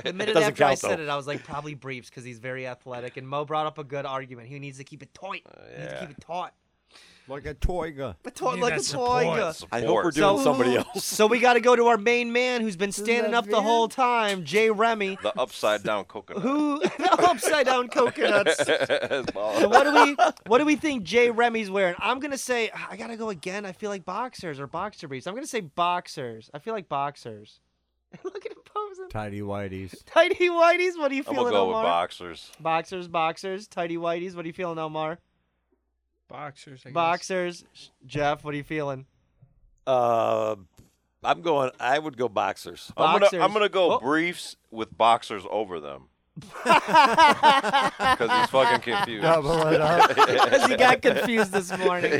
D: The minute
B: Doesn't
D: after I
B: count,
D: said
B: though.
D: it, I was like, probably briefs because he's very athletic. And Mo brought up a good argument. He needs to keep it tight.
B: Uh,
D: He needs to
H: yeah.
D: keep it taut.
F: Like a toy gun.
D: A toy,
G: Need
D: like
G: that
D: a
G: support.
D: toy.
B: I hope we're
H: Support.
B: doing
D: So-
B: somebody else.
D: So we got to go to our main man who's been standing up the whole time, Jay Remy.
H: the upside down coconut.
D: Who the upside down coconuts? So
H: Ball.
D: what do we what do we think Jay Remy's wearing? I'm gonna say I gotta go again. I feel like boxers or boxer briefs. I'm gonna say boxers. I feel like boxers. Look at him posing.
F: Tidy whiteys.
D: Tidy whiteys. What are you
H: I'm gonna
D: feeling,
H: go
D: Omar?
H: with boxers.
D: boxers, boxers. Tidy whiteys. What are you feeling, Omar?
G: Boxers. I guess.
D: Boxers. Sh- Jeff, what are you feeling?
B: Uh, I'm going. I would go boxers.
H: I'm
D: Boxers.
H: gonna I'm gonna go
D: Oh.
H: briefs with boxers over them. Because he's fucking confused.
F: Double it up.
D: Because he got confused this morning.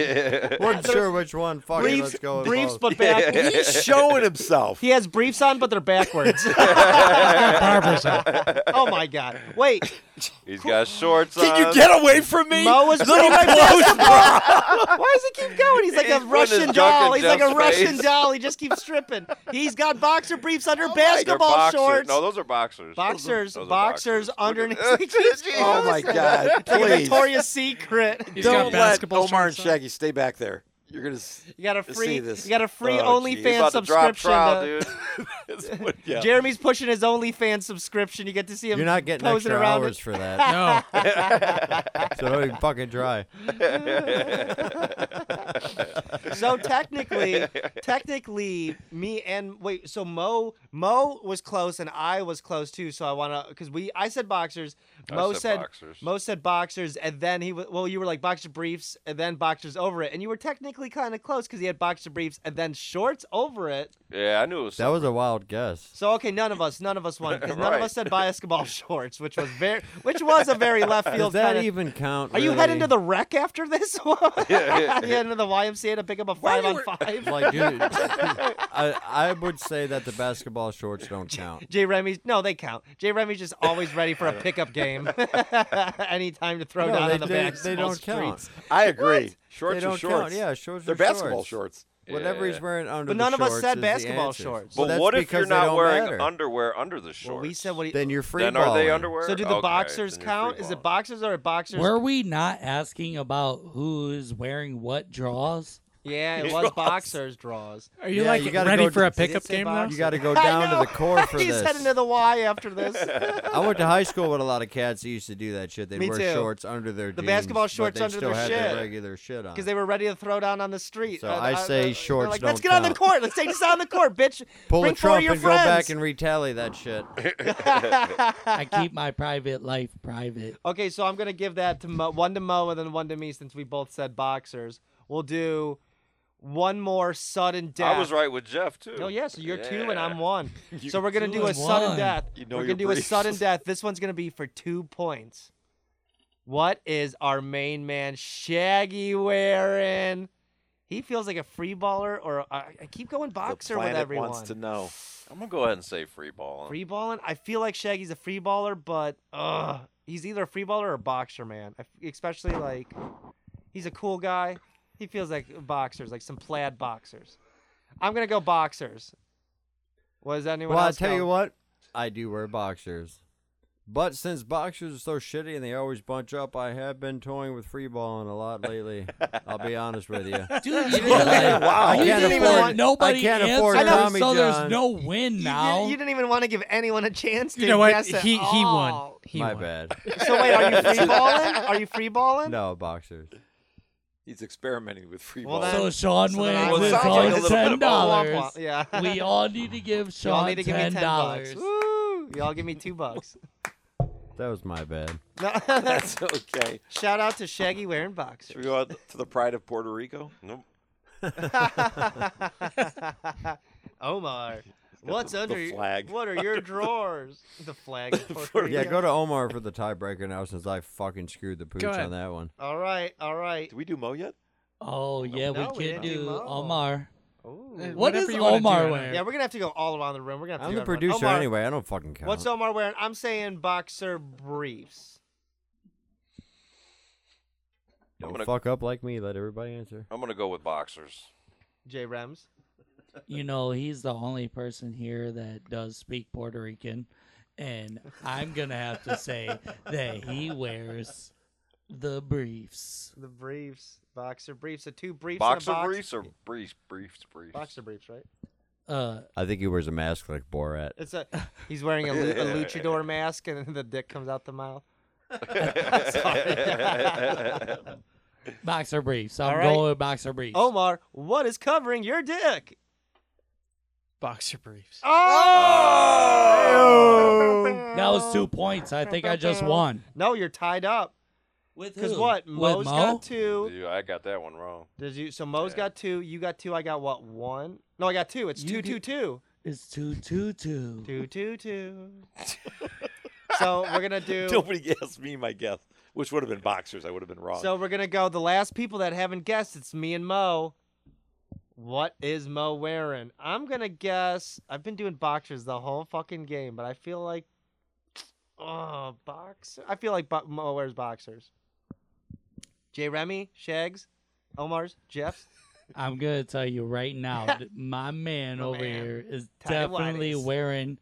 F: Weren't sure which one. Fuck it,
D: briefs,
F: let's go. with
D: briefs, but
F: both.
D: back.
B: He's showing himself.
D: He has briefs on, but they're backwards.
G: Barbers on.
D: oh my god! Wait,
H: He's got shorts on.
B: Can you get away from me?
D: Mo was playing my basketball. Why does he keep going? He's like
H: He's
D: a
H: putting his
D: Russian
H: junk
D: doll.
H: in
D: He's like a
H: Jeff's
D: Russian
H: face.
D: doll. He just keeps stripping. He's got boxer briefs under
H: They're
D: basketball
H: boxers.
D: shorts.
H: No, those are boxers.
D: boxers,
H: Those are
D: boxers,
H: boxers.
D: underneath.
H: Look
D: He
H: at-
D: keeps going.
B: Oh my God!
D: Like a
B: Please
D: Victoria's Secret.
H: He's got
B: don't let
G: basketball
B: Omar and
G: shorts on.
B: Shaggy stay back there. You're gonna. s-
D: You got a
B: see
D: free.
B: this.
D: You got a free
B: Oh, geez.
H: He's
D: OnlyFans
H: about to drop
D: subscription.
H: trial,
D: to-
H: dude.
B: Yeah.
D: Jeremy's pushing his OnlyFans subscription. You get to see him.
F: You're not getting
D: posing
F: extra
D: around.
F: hours for that,
G: No,
F: so don't even fucking try.
D: So technically, technically, me and wait. So Mo, Mo was close, and I was close too. So I want to because we, I said boxers.
H: I
D: Mo
H: said boxers.
D: Mo said boxers, and then he wa- well, you were like boxer briefs, and then boxers over it, and you were technically kind of close because he had boxer briefs and then shorts over it.
H: yeah, I knew it was.
F: That was a wild guess.
D: So okay, none of us, none of us won because none of
H: Right.
D: us said basketball shorts, which was very, which was a very left
F: Does
D: field.
F: that
D: kinda-
F: even count?
D: Are you
F: really?
D: heading to the wreck after this? yeah, heading to the YMCA to pick up a five on five.
F: like, dude? I I would say that the basketball shorts don't count.
D: Jay Remy's no, they count. Jay Remy's just always ready for a pickup game, anytime to throw
F: No,
D: down
F: they,
D: on the
F: they-
D: back.
F: they don't count.
B: I agree. Shorts
F: They don't
B: are shorts.
F: count. Yeah, shorts.
B: They're
F: are
B: basketball shorts.
F: Whatever
H: Yeah.
F: he's wearing under.
D: But
F: the
D: none of us
F: shorts
D: said
F: is the
D: basketball
F: answer.
D: shorts.
F: Well,
H: But
F: that's
H: what if you're
F: because they
H: not
F: don't
H: wearing
F: matter.
H: underwear under the shorts?
D: Well, we said what? He,
F: Then you're free.
H: Then are they
F: balling.
H: underwear?
D: so do the
H: Okay,
D: boxers
H: then you're
D: count?
H: free
D: Is it
H: balling.
D: boxers or boxers?
E: Were we not asking about who's wearing what draws?
D: yeah, it was boxers draws.
G: Are you
F: Yeah,
G: like
F: you gotta
G: ready
F: go
G: for
F: to- Did
G: a
F: it
G: pickup
D: say
G: game
D: box?
G: now?
F: You got to go
D: I
F: down to
D: know.
F: the core for
D: He's
F: this.
D: heading to the Y after this.
F: I went to high school with a lot of cats that used to do that shit. They
D: Me
F: wear
D: too.
F: shorts under their
D: The
F: jeans,
D: basketball
F: but
D: shorts
F: they
D: under
F: still
D: their
F: had
D: shit.
F: regular shit on.
D: because they were ready to throw down on the street. Uh,
F: So I say
D: they're
F: shorts
D: Like, let's
F: don't
D: get on the
F: count."
D: court. Let's take this out on the court, bitch.
F: Pull
D: Bring
F: a
D: four
F: trump
D: of your
F: and go
D: friends.
F: back and retaliate that shit.
E: I keep my private life private.
D: okay, so I'm gonna give that to Mo, one to Mo and then one to me since we both said boxers. We'll do one more sudden death.
H: I was right with Jeff too.
D: Oh yeah, so you're two and
H: Yeah.
D: I'm one. so we're gonna
E: Two
D: do a
E: and
D: sudden
E: one.
D: death.
B: You know
D: we're gonna
B: your
D: do a
B: briefs.
D: sudden death. This one's gonna be for two points. What is our main man Shaggy wearing? He feels like a free baller, or I I keep going boxer
B: the
D: with
B: planet
D: everyone.
B: wants to know.
H: I'm gonna go ahead and say free ball.
D: Free balling. I feel like Shaggy's a free baller, but ugh, he's either a free baller or a boxer, man. I f especially like, he's a cool guy. He feels like boxers, like some plaid boxers. I'm gonna go boxers. Was anyone
F: Well, I'll
D: else?
F: tell
D: go?
F: you what, I do wear boxers. But since boxers are so shitty and they always bunch up, I have been toying with free balling a lot lately. I'll be honest with you.
E: Dude, you didn't even,
F: I
E: you
F: can't
E: didn't even
F: afford-
E: let nobody
F: I can't afford
E: answer, so
F: Tommy John.
E: there's no win
D: You,
E: now.
D: didn't, you didn't even want to give anyone a chance to
G: You know what?
D: guess
G: He
D: at
G: he won.
D: all.
G: He
F: My
G: won.
F: bad.
D: So wait, are you free balling? Are you free balling?
F: No boxers.
B: He's experimenting with free
D: Well,
B: balls.
D: then-
E: so Sean
D: So then I
E: wins
D: won.
E: with
H: Sounds like a
E: only
H: little bit
E: ten
H: of
D: Womp
E: dollars.
D: womp. Yeah.
E: We all need to give
D: You all
E: Sean
D: need to give me
E: ten
D: ten bucks.
E: dollars.
D: Woo! Y'all give me two bucks.
F: That was my bad.
D: No,
B: That's okay.
D: Shout out to Shaggy wearing
B: Should we
D: boxers.
B: go out to the pride of Puerto Rico?
H: Nope.
D: Omar, what's
B: the
D: under y-
B: flag
D: What are your drawers? The flag. of Puerto
F: Yeah,
D: Rico.
F: go to Omar for the tiebreaker now since I fucking screwed the pooch
G: ahead.
F: on that one.
D: All right, all right.
B: Did we do Mo yet?
E: Oh yeah,
D: no, we
E: we
D: didn't
E: could
D: do
E: do
D: Mo.
E: Omar.
G: Eh,
E: What
G: whatever
E: is
G: you wanna
E: Omar
G: do,
E: wearing?
D: Yeah, we're gonna have to go all around the room. We're gonna. Have
F: I'm
D: to
F: the
D: do everyone.
F: producer
D: Omar,
F: anyway. I don't fucking count.
D: What's Omar wearing? I'm saying boxer briefs.
F: Don't
H: I'm gonna-
F: fuck up like me. Let everybody answer.
H: I'm gonna go with boxers.
D: J Rems.
E: You know, he's the only person here that does speak Puerto Rican, and I'm gonna have to say that he wears the briefs.
D: The briefs. Boxer briefs. The two briefs.
H: Boxer
D: and a box.
H: briefs or briefs, briefs, briefs.
D: Boxer briefs, right?
E: Uh,
F: I think he wears a mask like Borat.
D: It's a. He's wearing a, lu- a luchador mask, and then the dick comes out the mouth.
E: boxer briefs. I'm
D: All right. Oh
E: going with boxer briefs.
D: Omar, what is covering your dick?
G: Boxer briefs.
D: Oh!
E: that was two points. I think I just won.
D: No, you're tied up.
E: With
D: Because
E: who?
D: what?
E: With
D: Mo's
E: Mo?
D: got two.
H: Yeah, I got that one wrong.
D: Did you? So Mo's got two. You got two. I got what? One? No, I got two. It's two,
E: You
D: two, two,
E: It's two two two.
D: two, two, two. so we're gonna do.
B: Nobody guessed me my guess, which would have been boxers. I would have been wrong.
D: So we're gonna go. The last people that haven't guessed, it's me and Mo. What is Mo wearing? I'm gonna guess. I've been doing boxers the whole fucking game, but I feel like, oh, boxer. I feel like bo- Mo wears boxers. J. Remy, Shags, Omar's, Jeff's.
E: I'm gonna tell you right now, th- my man
D: My
E: over
D: man.
E: here is
D: Tidy
E: definitely
D: whities.
E: wearing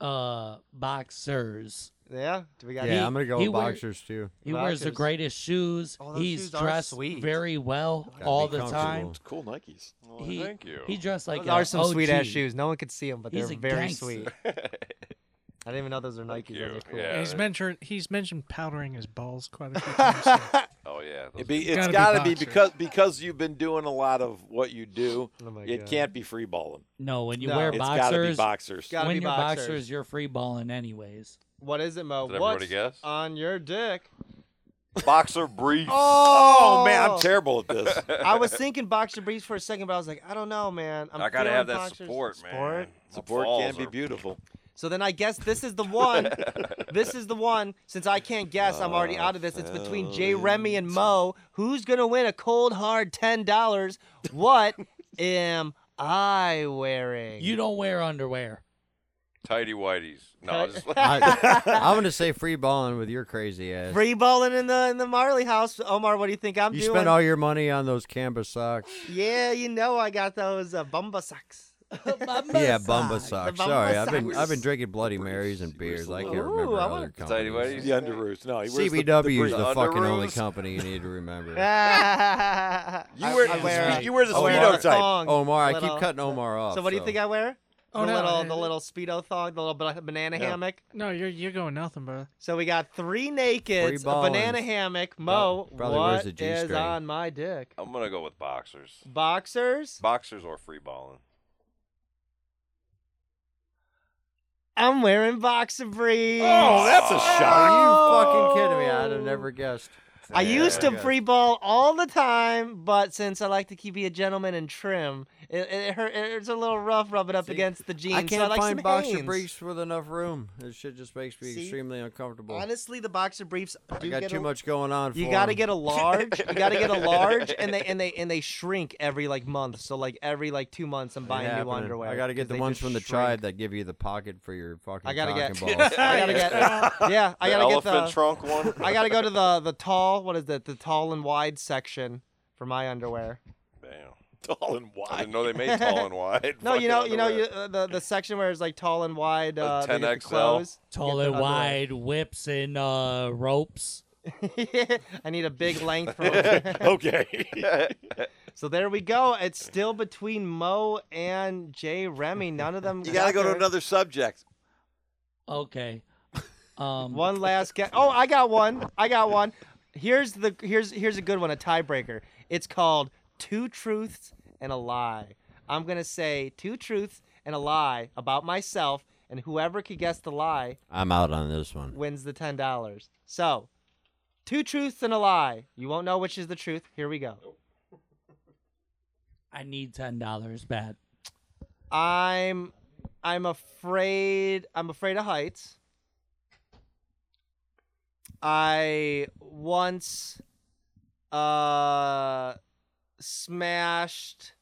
E: uh boxers.
D: Yeah. Do we got?
F: Yeah, I'm gonna go
E: he
F: with
E: wear-
F: boxers too.
E: He wears the
D: Boxers.
E: greatest shoes.
D: Oh, those
E: He's
D: shoes are
E: dressed
D: sweet.
E: very well
F: Gotta
E: all
F: be
E: the time.
B: cool
F: comfortable.
B: Nikes.
H: Well,
E: He,
H: thank you.
E: He dressed like
D: Those are
E: a
D: some sweet ass
E: OG.
D: shoes. No one could see them, but
E: He's
D: they're
E: a
D: very
E: gangster.
D: sweet. I didn't even know those were Nikes. Those
H: you.
D: are cool.
H: Yeah.
G: He's
H: that-
G: mentioned he's mentioned powdering his balls quite a few times. so
H: oh yeah,
C: Yeah. those
B: It'd be, it's
G: Gotta be
B: got to be,
G: boxer.
B: because because you've been doing a lot of what you do.
D: Oh my
B: it
D: God.
B: can't be free balling.
E: No, when you
D: No.
E: wear
B: It's got to be
E: boxers,
B: boxers.
D: Gotta
E: when
D: be
E: you're
D: boxers.
E: boxers. you're free balling anyways.
D: What is it, Mo?
H: Did everybody
D: What's
H: guess?
D: on your dick?
H: Boxer briefs.
B: Oh man, I'm terrible at this.
D: I was thinking boxer briefs for a second, but I was like, I don't know, man. I'm
H: I gotta
D: feeling
H: have that
D: boxers-
H: support, man. My
B: Support
H: balls
B: can be
H: are-
B: beautiful.
D: So then I guess this is the one. this is the one. Since I can't guess, I'm already out of this. It's between Jay Remy and Mo. Who's gonna win a cold hard ten dollars? What am I wearing?
E: You don't wear underwear.
H: Tidy whities. No, just like,
F: I, I'm gonna say free balling with your crazy ass.
D: free balling in the in the Marley house, Omar. What do you think I'm
F: you
D: doing?
F: spent all your money on those canvas socks.
D: yeah, you know I got those uh, Bumba socks.
F: yeah, Bumba socks.
D: The Bumba
F: Sorry, I've been
D: socks.
F: I've been drinking Bloody Marys and beers. I can't
D: Ooh,
F: remember
D: I
F: other
D: wanna-
H: Tidy
F: companies.
H: whities.
B: The underoos. No, he wears the-
F: CBW is
B: the,
F: the,
H: brief-
F: fucking only
H: underoos.
F: company you need to remember.
D: you
B: You wear, the, spe- you wear the speedo type.
F: Omar, I
D: Little-
F: keep cutting Omar off.
D: So what do you think I wear?
G: Oh,
D: the
G: no,
D: little
G: no,
D: the
G: no.
D: little speedo thong, the little ba- banana hammock.
G: No, you're you're going nothing, bro.
D: So we got three naked, a
F: ballin'.
D: banana hammock. Mo,
F: Prob- probably wears
D: what
F: a
D: is
F: G-string.
D: on my dick?
H: I'm gonna go with boxers.
D: Boxers.
H: Boxers or free balling.
D: I'm wearing boxer briefs. Oh.
B: Oh, that's a shock.
F: Are you fucking kidding me? I'd have never guessed.
D: I used to
F: Yeah.
D: free ball all the time, but since I like to keep be a gentleman and trim, it, it hurt. It's a little rough rubbing up against the jeans.
F: I
D: so
F: can't
D: like
F: find
D: some
F: boxer
D: Hanes.
F: briefs with enough room. This shit just makes me
D: See?
F: extremely uncomfortable.
D: Honestly, the boxer briefs.
F: I
D: do
F: got
D: get
F: too
D: a-
F: much going on.
D: You
F: for
D: got to
F: 'em.
D: get a large. You got to get a large, and they and they and they shrink every like month. So like every like two months, I'm
F: It
D: buying new
F: happening.
D: underwear.
F: I got to get
D: 'cause
F: the
D: they
F: ones
D: just
F: from the
D: shrink.
F: tribe that give you the pocket for your fucking.
D: I gotta
F: cock
D: get.
F: and balls.
D: I gotta get. Yeah, I gotta get
H: elephant
D: the.
H: trunk one.
D: I gotta go to the the tall. What is that? The tall and wide section for my underwear.
H: Damn.
B: Tall and
H: I
B: wide.
H: didn't know they made tall and wide.
D: No,
H: fucking
D: you know, you know, you,
H: underwear.
D: uh, the the section where it's like tall and wide.
H: Uh,
D: Uh, they get the
H: 10XL.
D: clothes.
E: Tall
D: Get the
E: and
D: underwear.
E: wide whips and uh, ropes.
D: I need a big length rope.
B: okay.
D: so there we go. It's still between Mo and Jay Remy. None of them.
B: you got to go to
D: another.
B: another subject.
E: Okay. Um,
D: One last guess. Oh, I got one. I got one. Here's the here's here's a good one, a tiebreaker. It's called two truths and a lie. I'm gonna say two truths and a lie about myself, and whoever can guess the lie
F: I'm out on this one.
D: wins the ten dollars. So, two truths and a lie. You won't know which is the truth. Here we go.
E: I need ten dollars bad.
D: I'm I'm afraid I'm afraid of heights. I once uh smashed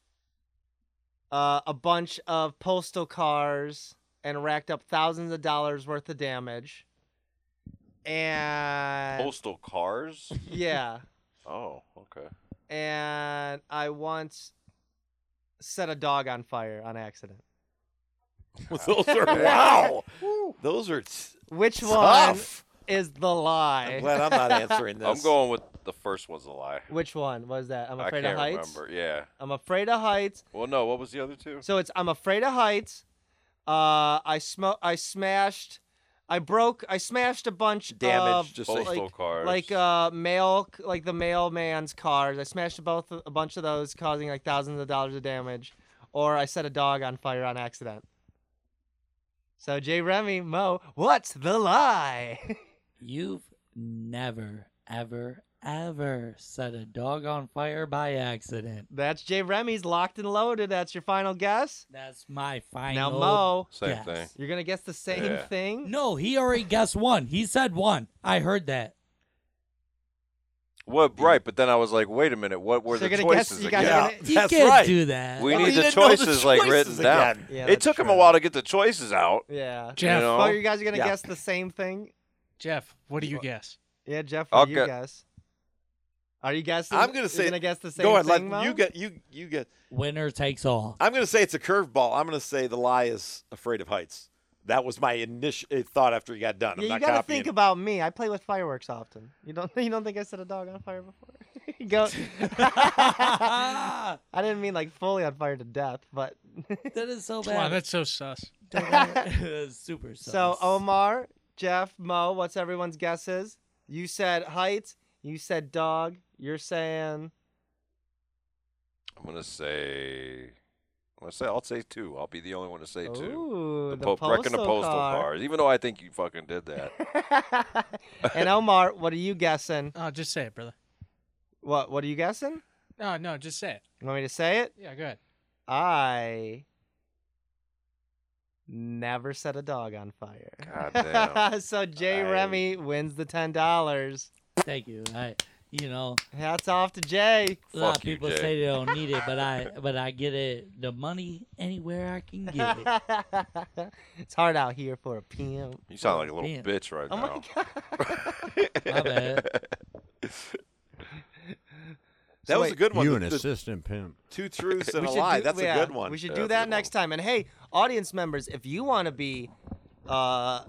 D: uh, a bunch of postal cars and racked up thousands of dollars worth of damage. And
H: Postal cars.
D: yeah
H: Oh, okay.
D: and I once set a dog on fire on accident.
B: Those are wow. Those are t-
D: Which one
B: tough.
D: is the
B: I'm
D: lie?
B: glad I'm not answering this.
H: I'm going with the first was a lie.
D: Which one was that? I'm
H: I
D: afraid
H: can't
D: of heights.
H: remember. Yeah.
D: I'm afraid of heights.
H: Well, no. What was the other two?
D: So it's I'm afraid of heights. Uh, I sm- I smashed, I broke, I smashed a bunch
B: Damage,
D: of
B: just say.
H: Postal
D: like,
H: cars.
D: like uh mail like the mailman's cars. I smashed both a bunch of those, causing like thousands of dollars of damage. Or I set a dog on fire on accident. So Jay Remy Mo, what's the lie?
E: You've never, ever, ever set a dog on fire by accident.
D: That's Jay Remy's locked and loaded. That's your final guess.
E: That's my final.
D: Now Mo,
H: Same
E: Yes.
H: thing.
D: you're gonna guess the same
H: Yeah.
D: thing.
E: No, he already guessed one. He said one. I heard that.
H: Well, right. But then I was like, wait a minute. What were
D: So
H: the
D: you're gonna guess-
H: choices
D: you
H: again?
D: gotta
B: yeah,
D: get
E: You
B: that's
E: can't
B: right.
E: do that.
H: We
B: Well,
H: need
B: you
H: the
B: didn't know the
H: choices like written
B: choices
H: down.
B: again.
D: Yeah,
H: it
D: that's
H: took him a
D: true.
H: while to get the choices out.
D: Yeah.
G: Jeff,
H: You know?
D: Oh, you guys are gonna
B: Yeah.
D: guess the same thing.
G: Jeff, what do you guess?
D: Yeah, Jeff, what do you
H: Okay.
D: guess? Are you guessing?
B: I'm gonna
D: you're
B: say-
D: gonna guess the same
B: Go ahead.
D: thing,
B: Let,
D: Mo?
B: you get you you get.
E: Winner takes all.
B: I'm going to say it's a curveball. I'm going to say the lie is afraid of heights. That was my initial thought after he got done. I'm
D: yeah, you
B: not
D: gotta
B: copying.
D: think about me. I play with fireworks often. You don't you don't think I set a dog on fire before? Go. I didn't mean like fully on fire to death, but
E: That is so
G: Wow,
E: bad.
G: that's so sus.
E: That is super sus.
D: so um, Omar, Jeff, Mo, what's everyone's guesses? You said heights. You said dog. You're saying
H: I'm gonna say. I'm gonna say. I'll say two. I'll be the only one to say two.
D: Ooh, the,
H: po-
D: postal
H: wrecking the postal
D: car.
H: cars, even though I think you fucking did that.
D: and Omar, what are you guessing?
G: Oh, just say it, brother.
D: What what are you guessing?
G: No, no, just say it.
D: You want me to say it?
G: Yeah, go ahead.
D: I never set a dog on fire.
H: Goddamn.
D: so Jay
H: I-
D: Remy wins the ten dollars.
E: Thank you. I, you know,
D: Hats off to Jay.
E: a lot of
H: Fuck you,
E: people
H: Jay.
E: say they don't need it, but I, but I get it. The money anywhere I can get it.
D: it's hard out here for a pimp.
H: You sound like a little
E: Damn.
H: bitch right
D: Oh my
H: now.
D: god.
E: My bad.
B: That was a good one.
F: You
B: The-
F: an
B: the
F: assistant pimp.
B: two truths and
D: We
B: a
D: should
B: lie.
D: do-
B: That's
D: yeah,
B: a good one.
D: We should
H: Yeah,
D: do
H: that's a
D: that
H: good
D: next time. And hey, audience members, if you want to be uh,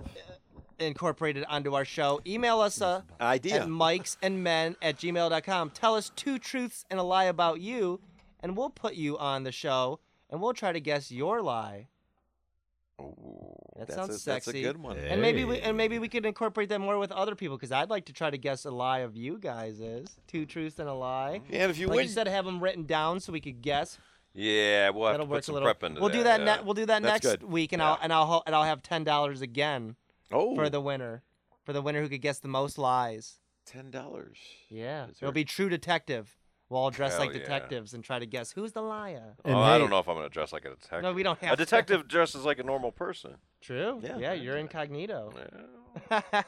D: incorporated onto our show, email us uh,
B: Idea.
D: at mikes and men at gmail.com. Tell us two truths and a lie about you, and we'll put you on the show, and we'll try to guess your lie. that
B: that's
D: sounds
B: a,
D: sexy.
B: That's a good one.
D: And maybe we and maybe we could incorporate that more with other people because I'd like to try to guess a lie of you guys is two truths and a lie.
B: And if you
D: Like
B: win,
D: you said, have them written down so we could guess
H: yeah, we'll have
D: That'll
H: to
D: work
H: put
D: a
H: some
D: little.
H: prep into
D: we'll
H: that.
D: do that.
H: yeah.
D: Ne- we'll do that
B: That's
D: next
B: good.
D: week, and I'll and I'll ho- and I'll have ten dollars again
B: oh,
D: for the winner, for the winner who could guess the most lies.
B: ten dollars.
D: Yeah,
B: That's
D: it'll
B: right.
D: be True Detective. We'll all dress
H: Hell
D: like
H: yeah.
D: detectives and try to guess who's the liar.
H: Oh,
F: And
H: I
F: hey-
H: don't know if I'm gonna dress like a detective.
D: No, we don't have
H: a
D: to.
H: detective dresses like a normal person.
D: True.
B: Yeah,
D: Yeah,
B: I
D: you're
B: do.
D: incognito.
H: Yeah.
B: The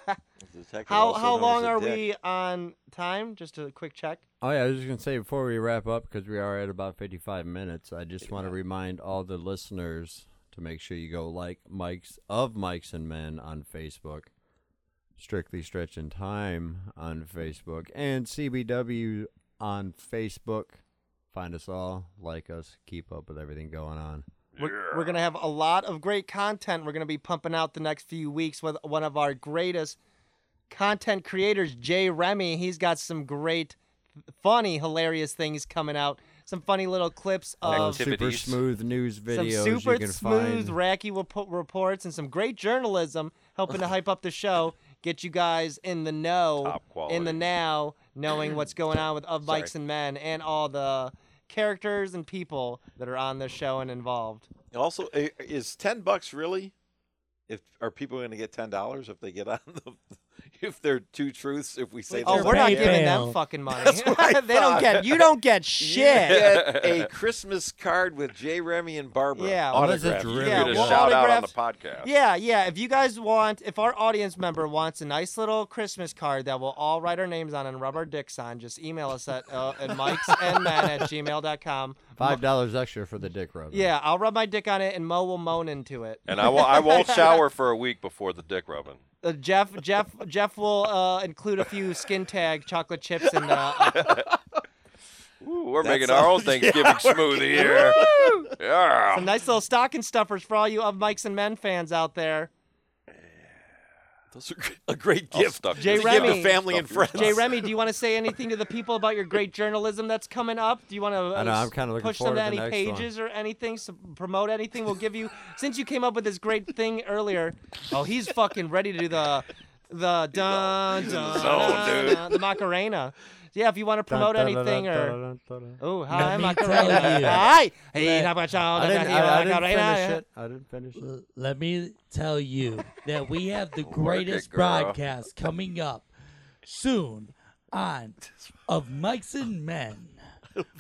B: detective
D: how
B: also
D: how
B: known
D: long
B: as a
D: are
B: dick.
D: we on time? Just a quick check.
F: Oh yeah, I was just gonna say before we wrap up because we are at about fifty-five minutes. I just want to remind all the listeners to make sure you go like Mike's of Mike's and Men on Facebook, Strictly Stretch and Time on Facebook, and CBW on Facebook. Find us all, like us, keep up with everything going on.
D: We're, we're going to have a lot of great content we're going to be pumping out the next few weeks with one of our greatest content creators, Jay Remy. He's got some great, funny, hilarious things coming out. Some funny little clips
F: Uh,
D: of
F: super
H: Activities.
F: smooth news
D: some
F: videos
D: super
F: you can
D: smooth,
F: find.
D: racky rep- reports and some great journalism helping to hype up the show, get you guys in the know,
H: Top
D: in
H: quality.
D: the now, knowing what's going on with Of Bikes and Men and all the characters and people that are on the show and involved.
B: Also, i- is ten bucks really? If are people going to get ten dollars if they get on the? If they're two truths, if we say
D: Oh,
B: they're
D: we're not
E: pay
D: giving them
E: bail.
D: fucking money.
B: what I
D: they don't
B: thought.
D: get. You don't get
B: You
D: shit.
B: get a Christmas card with Jay Remy and Barbara.
D: Yeah.
F: Unless
H: Autograph.
F: it's
H: You
F: really
D: Yeah,
H: get a
D: we'll
H: shout out on the
D: autograph-
H: podcast.
D: Yeah, yeah. If you guys want, if our audience member wants a nice little Christmas card that we'll all write our names on and rub our dicks on, just email us at, uh, at mikes and men at gmail.com.
F: Five dollars extra for the dick rub.
D: Yeah, I'll rub my dick on it and Mo will moan into it.
H: And I will. I won't shower for a week before the dick rubbing.
D: Uh, Jeff, Jeff, Jeff will uh, include a few skin tag chocolate chips and uh,
H: Ooh, we're
B: That's
H: making our
B: all-
H: own Thanksgiving smoothie here. Yeah.
D: some nice little stocking stuffers for all you of Mikes and Men fans out there.
B: Those are gr- a great
H: I'll
B: gift.
H: stuff
D: Jay
H: yours.
B: to give
D: Remy.
B: to family and
H: Stuff
B: friends.
H: yours.
D: Jay Remy, do you want to say anything to the people about your great journalism that's coming up? Do you want to
F: I know, I'm kinda looking
D: push them to
F: forward to
D: any
F: the next one.
D: pages or anything? So promote anything? We'll give you since you came up with this great thing earlier. Oh, he's fucking ready to do the the dun, dun,
H: the zone,
D: dun,
H: dude.
D: dun, the Macarena. Yeah, if you want to promote anything or oh hi
E: Let me
D: Macarena,
E: tell you.
D: hi hey
E: Let-
D: how about
F: I
D: y'all?
F: didn't, I, I didn't finish it. I didn't finish it.
E: L- Let me tell you that we have the
H: it,
E: greatest
H: girl.
E: broadcast coming up soon on of Mike's and Men.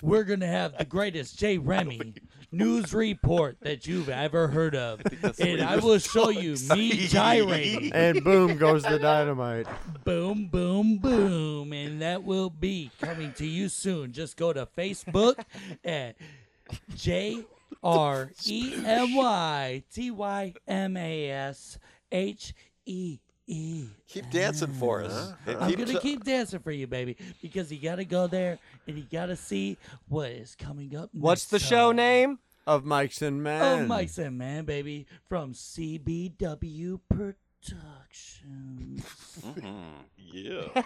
E: We're gonna have the greatest Jay Remy news report that you've ever heard of, and I will show you me gyrating.
F: And boom goes the dynamite.
E: boom, boom, boom, and that will be coming to you soon. Just go to Facebook at J R E M Y T Y M A S H E E.
B: Keep dancing for us. And
E: I'm
B: keep
E: gonna
B: t-
E: keep dancing for you, baby, because you gotta go there and you gotta see what is coming up.
D: What's
E: next
D: the show
E: time.
D: name?
F: Of Mike's and men.
E: Oh, Mike and Man, baby, from CBW Productions.
B: Yeah.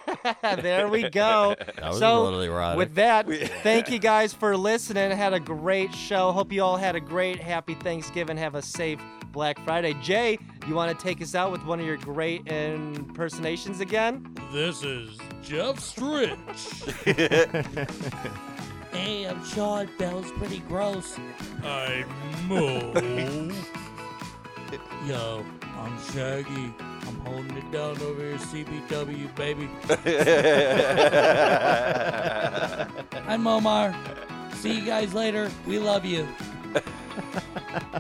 D: there we go.
F: That was
D: so
F: totally erotic.
D: with that, thank you guys for listening. Had a great show. Hope you all had a great, happy Thanksgiving. Have a safe Black Friday. Jay, you want to take us out with one of your great impersonations again?
A: This is Jeff Stritch.
E: Hey, I'm Sean. Bell's pretty gross.
A: I'm Mo.
E: Yo, I'm Shaggy. I'm holding it down over here, CBW, baby. I'm Omar. See you guys later. We love you.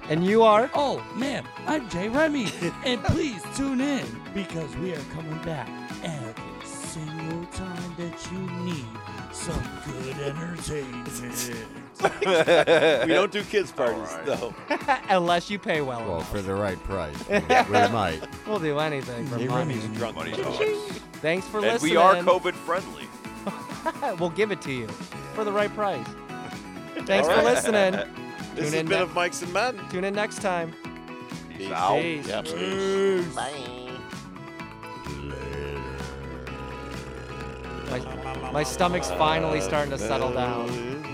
D: And you are?
E: Oh, man, I'm Jay Remy. and please tune in because we are coming back every single time that you need some good entertainment.
B: we don't do kids parties
H: right.
B: though.
D: Unless you pay well.
F: Well,
D: enough.
F: for the right price, we we might.
D: We'll do anything for money.
B: Drunk
H: Money
B: bitch.
H: talks.
D: Thanks for
H: and
D: listening.
H: we are COVID friendly.
D: we'll give it to you for the right price. Thanks
B: All
D: for
B: right.
D: listening.
B: This
D: Tune
B: has
D: in
B: been
D: ne-
B: of Mike's and Men.
D: Tune in next time.
H: Peace out.
D: Peace.
B: Yeah, peace.
D: My, my stomach's finally starting to settle down.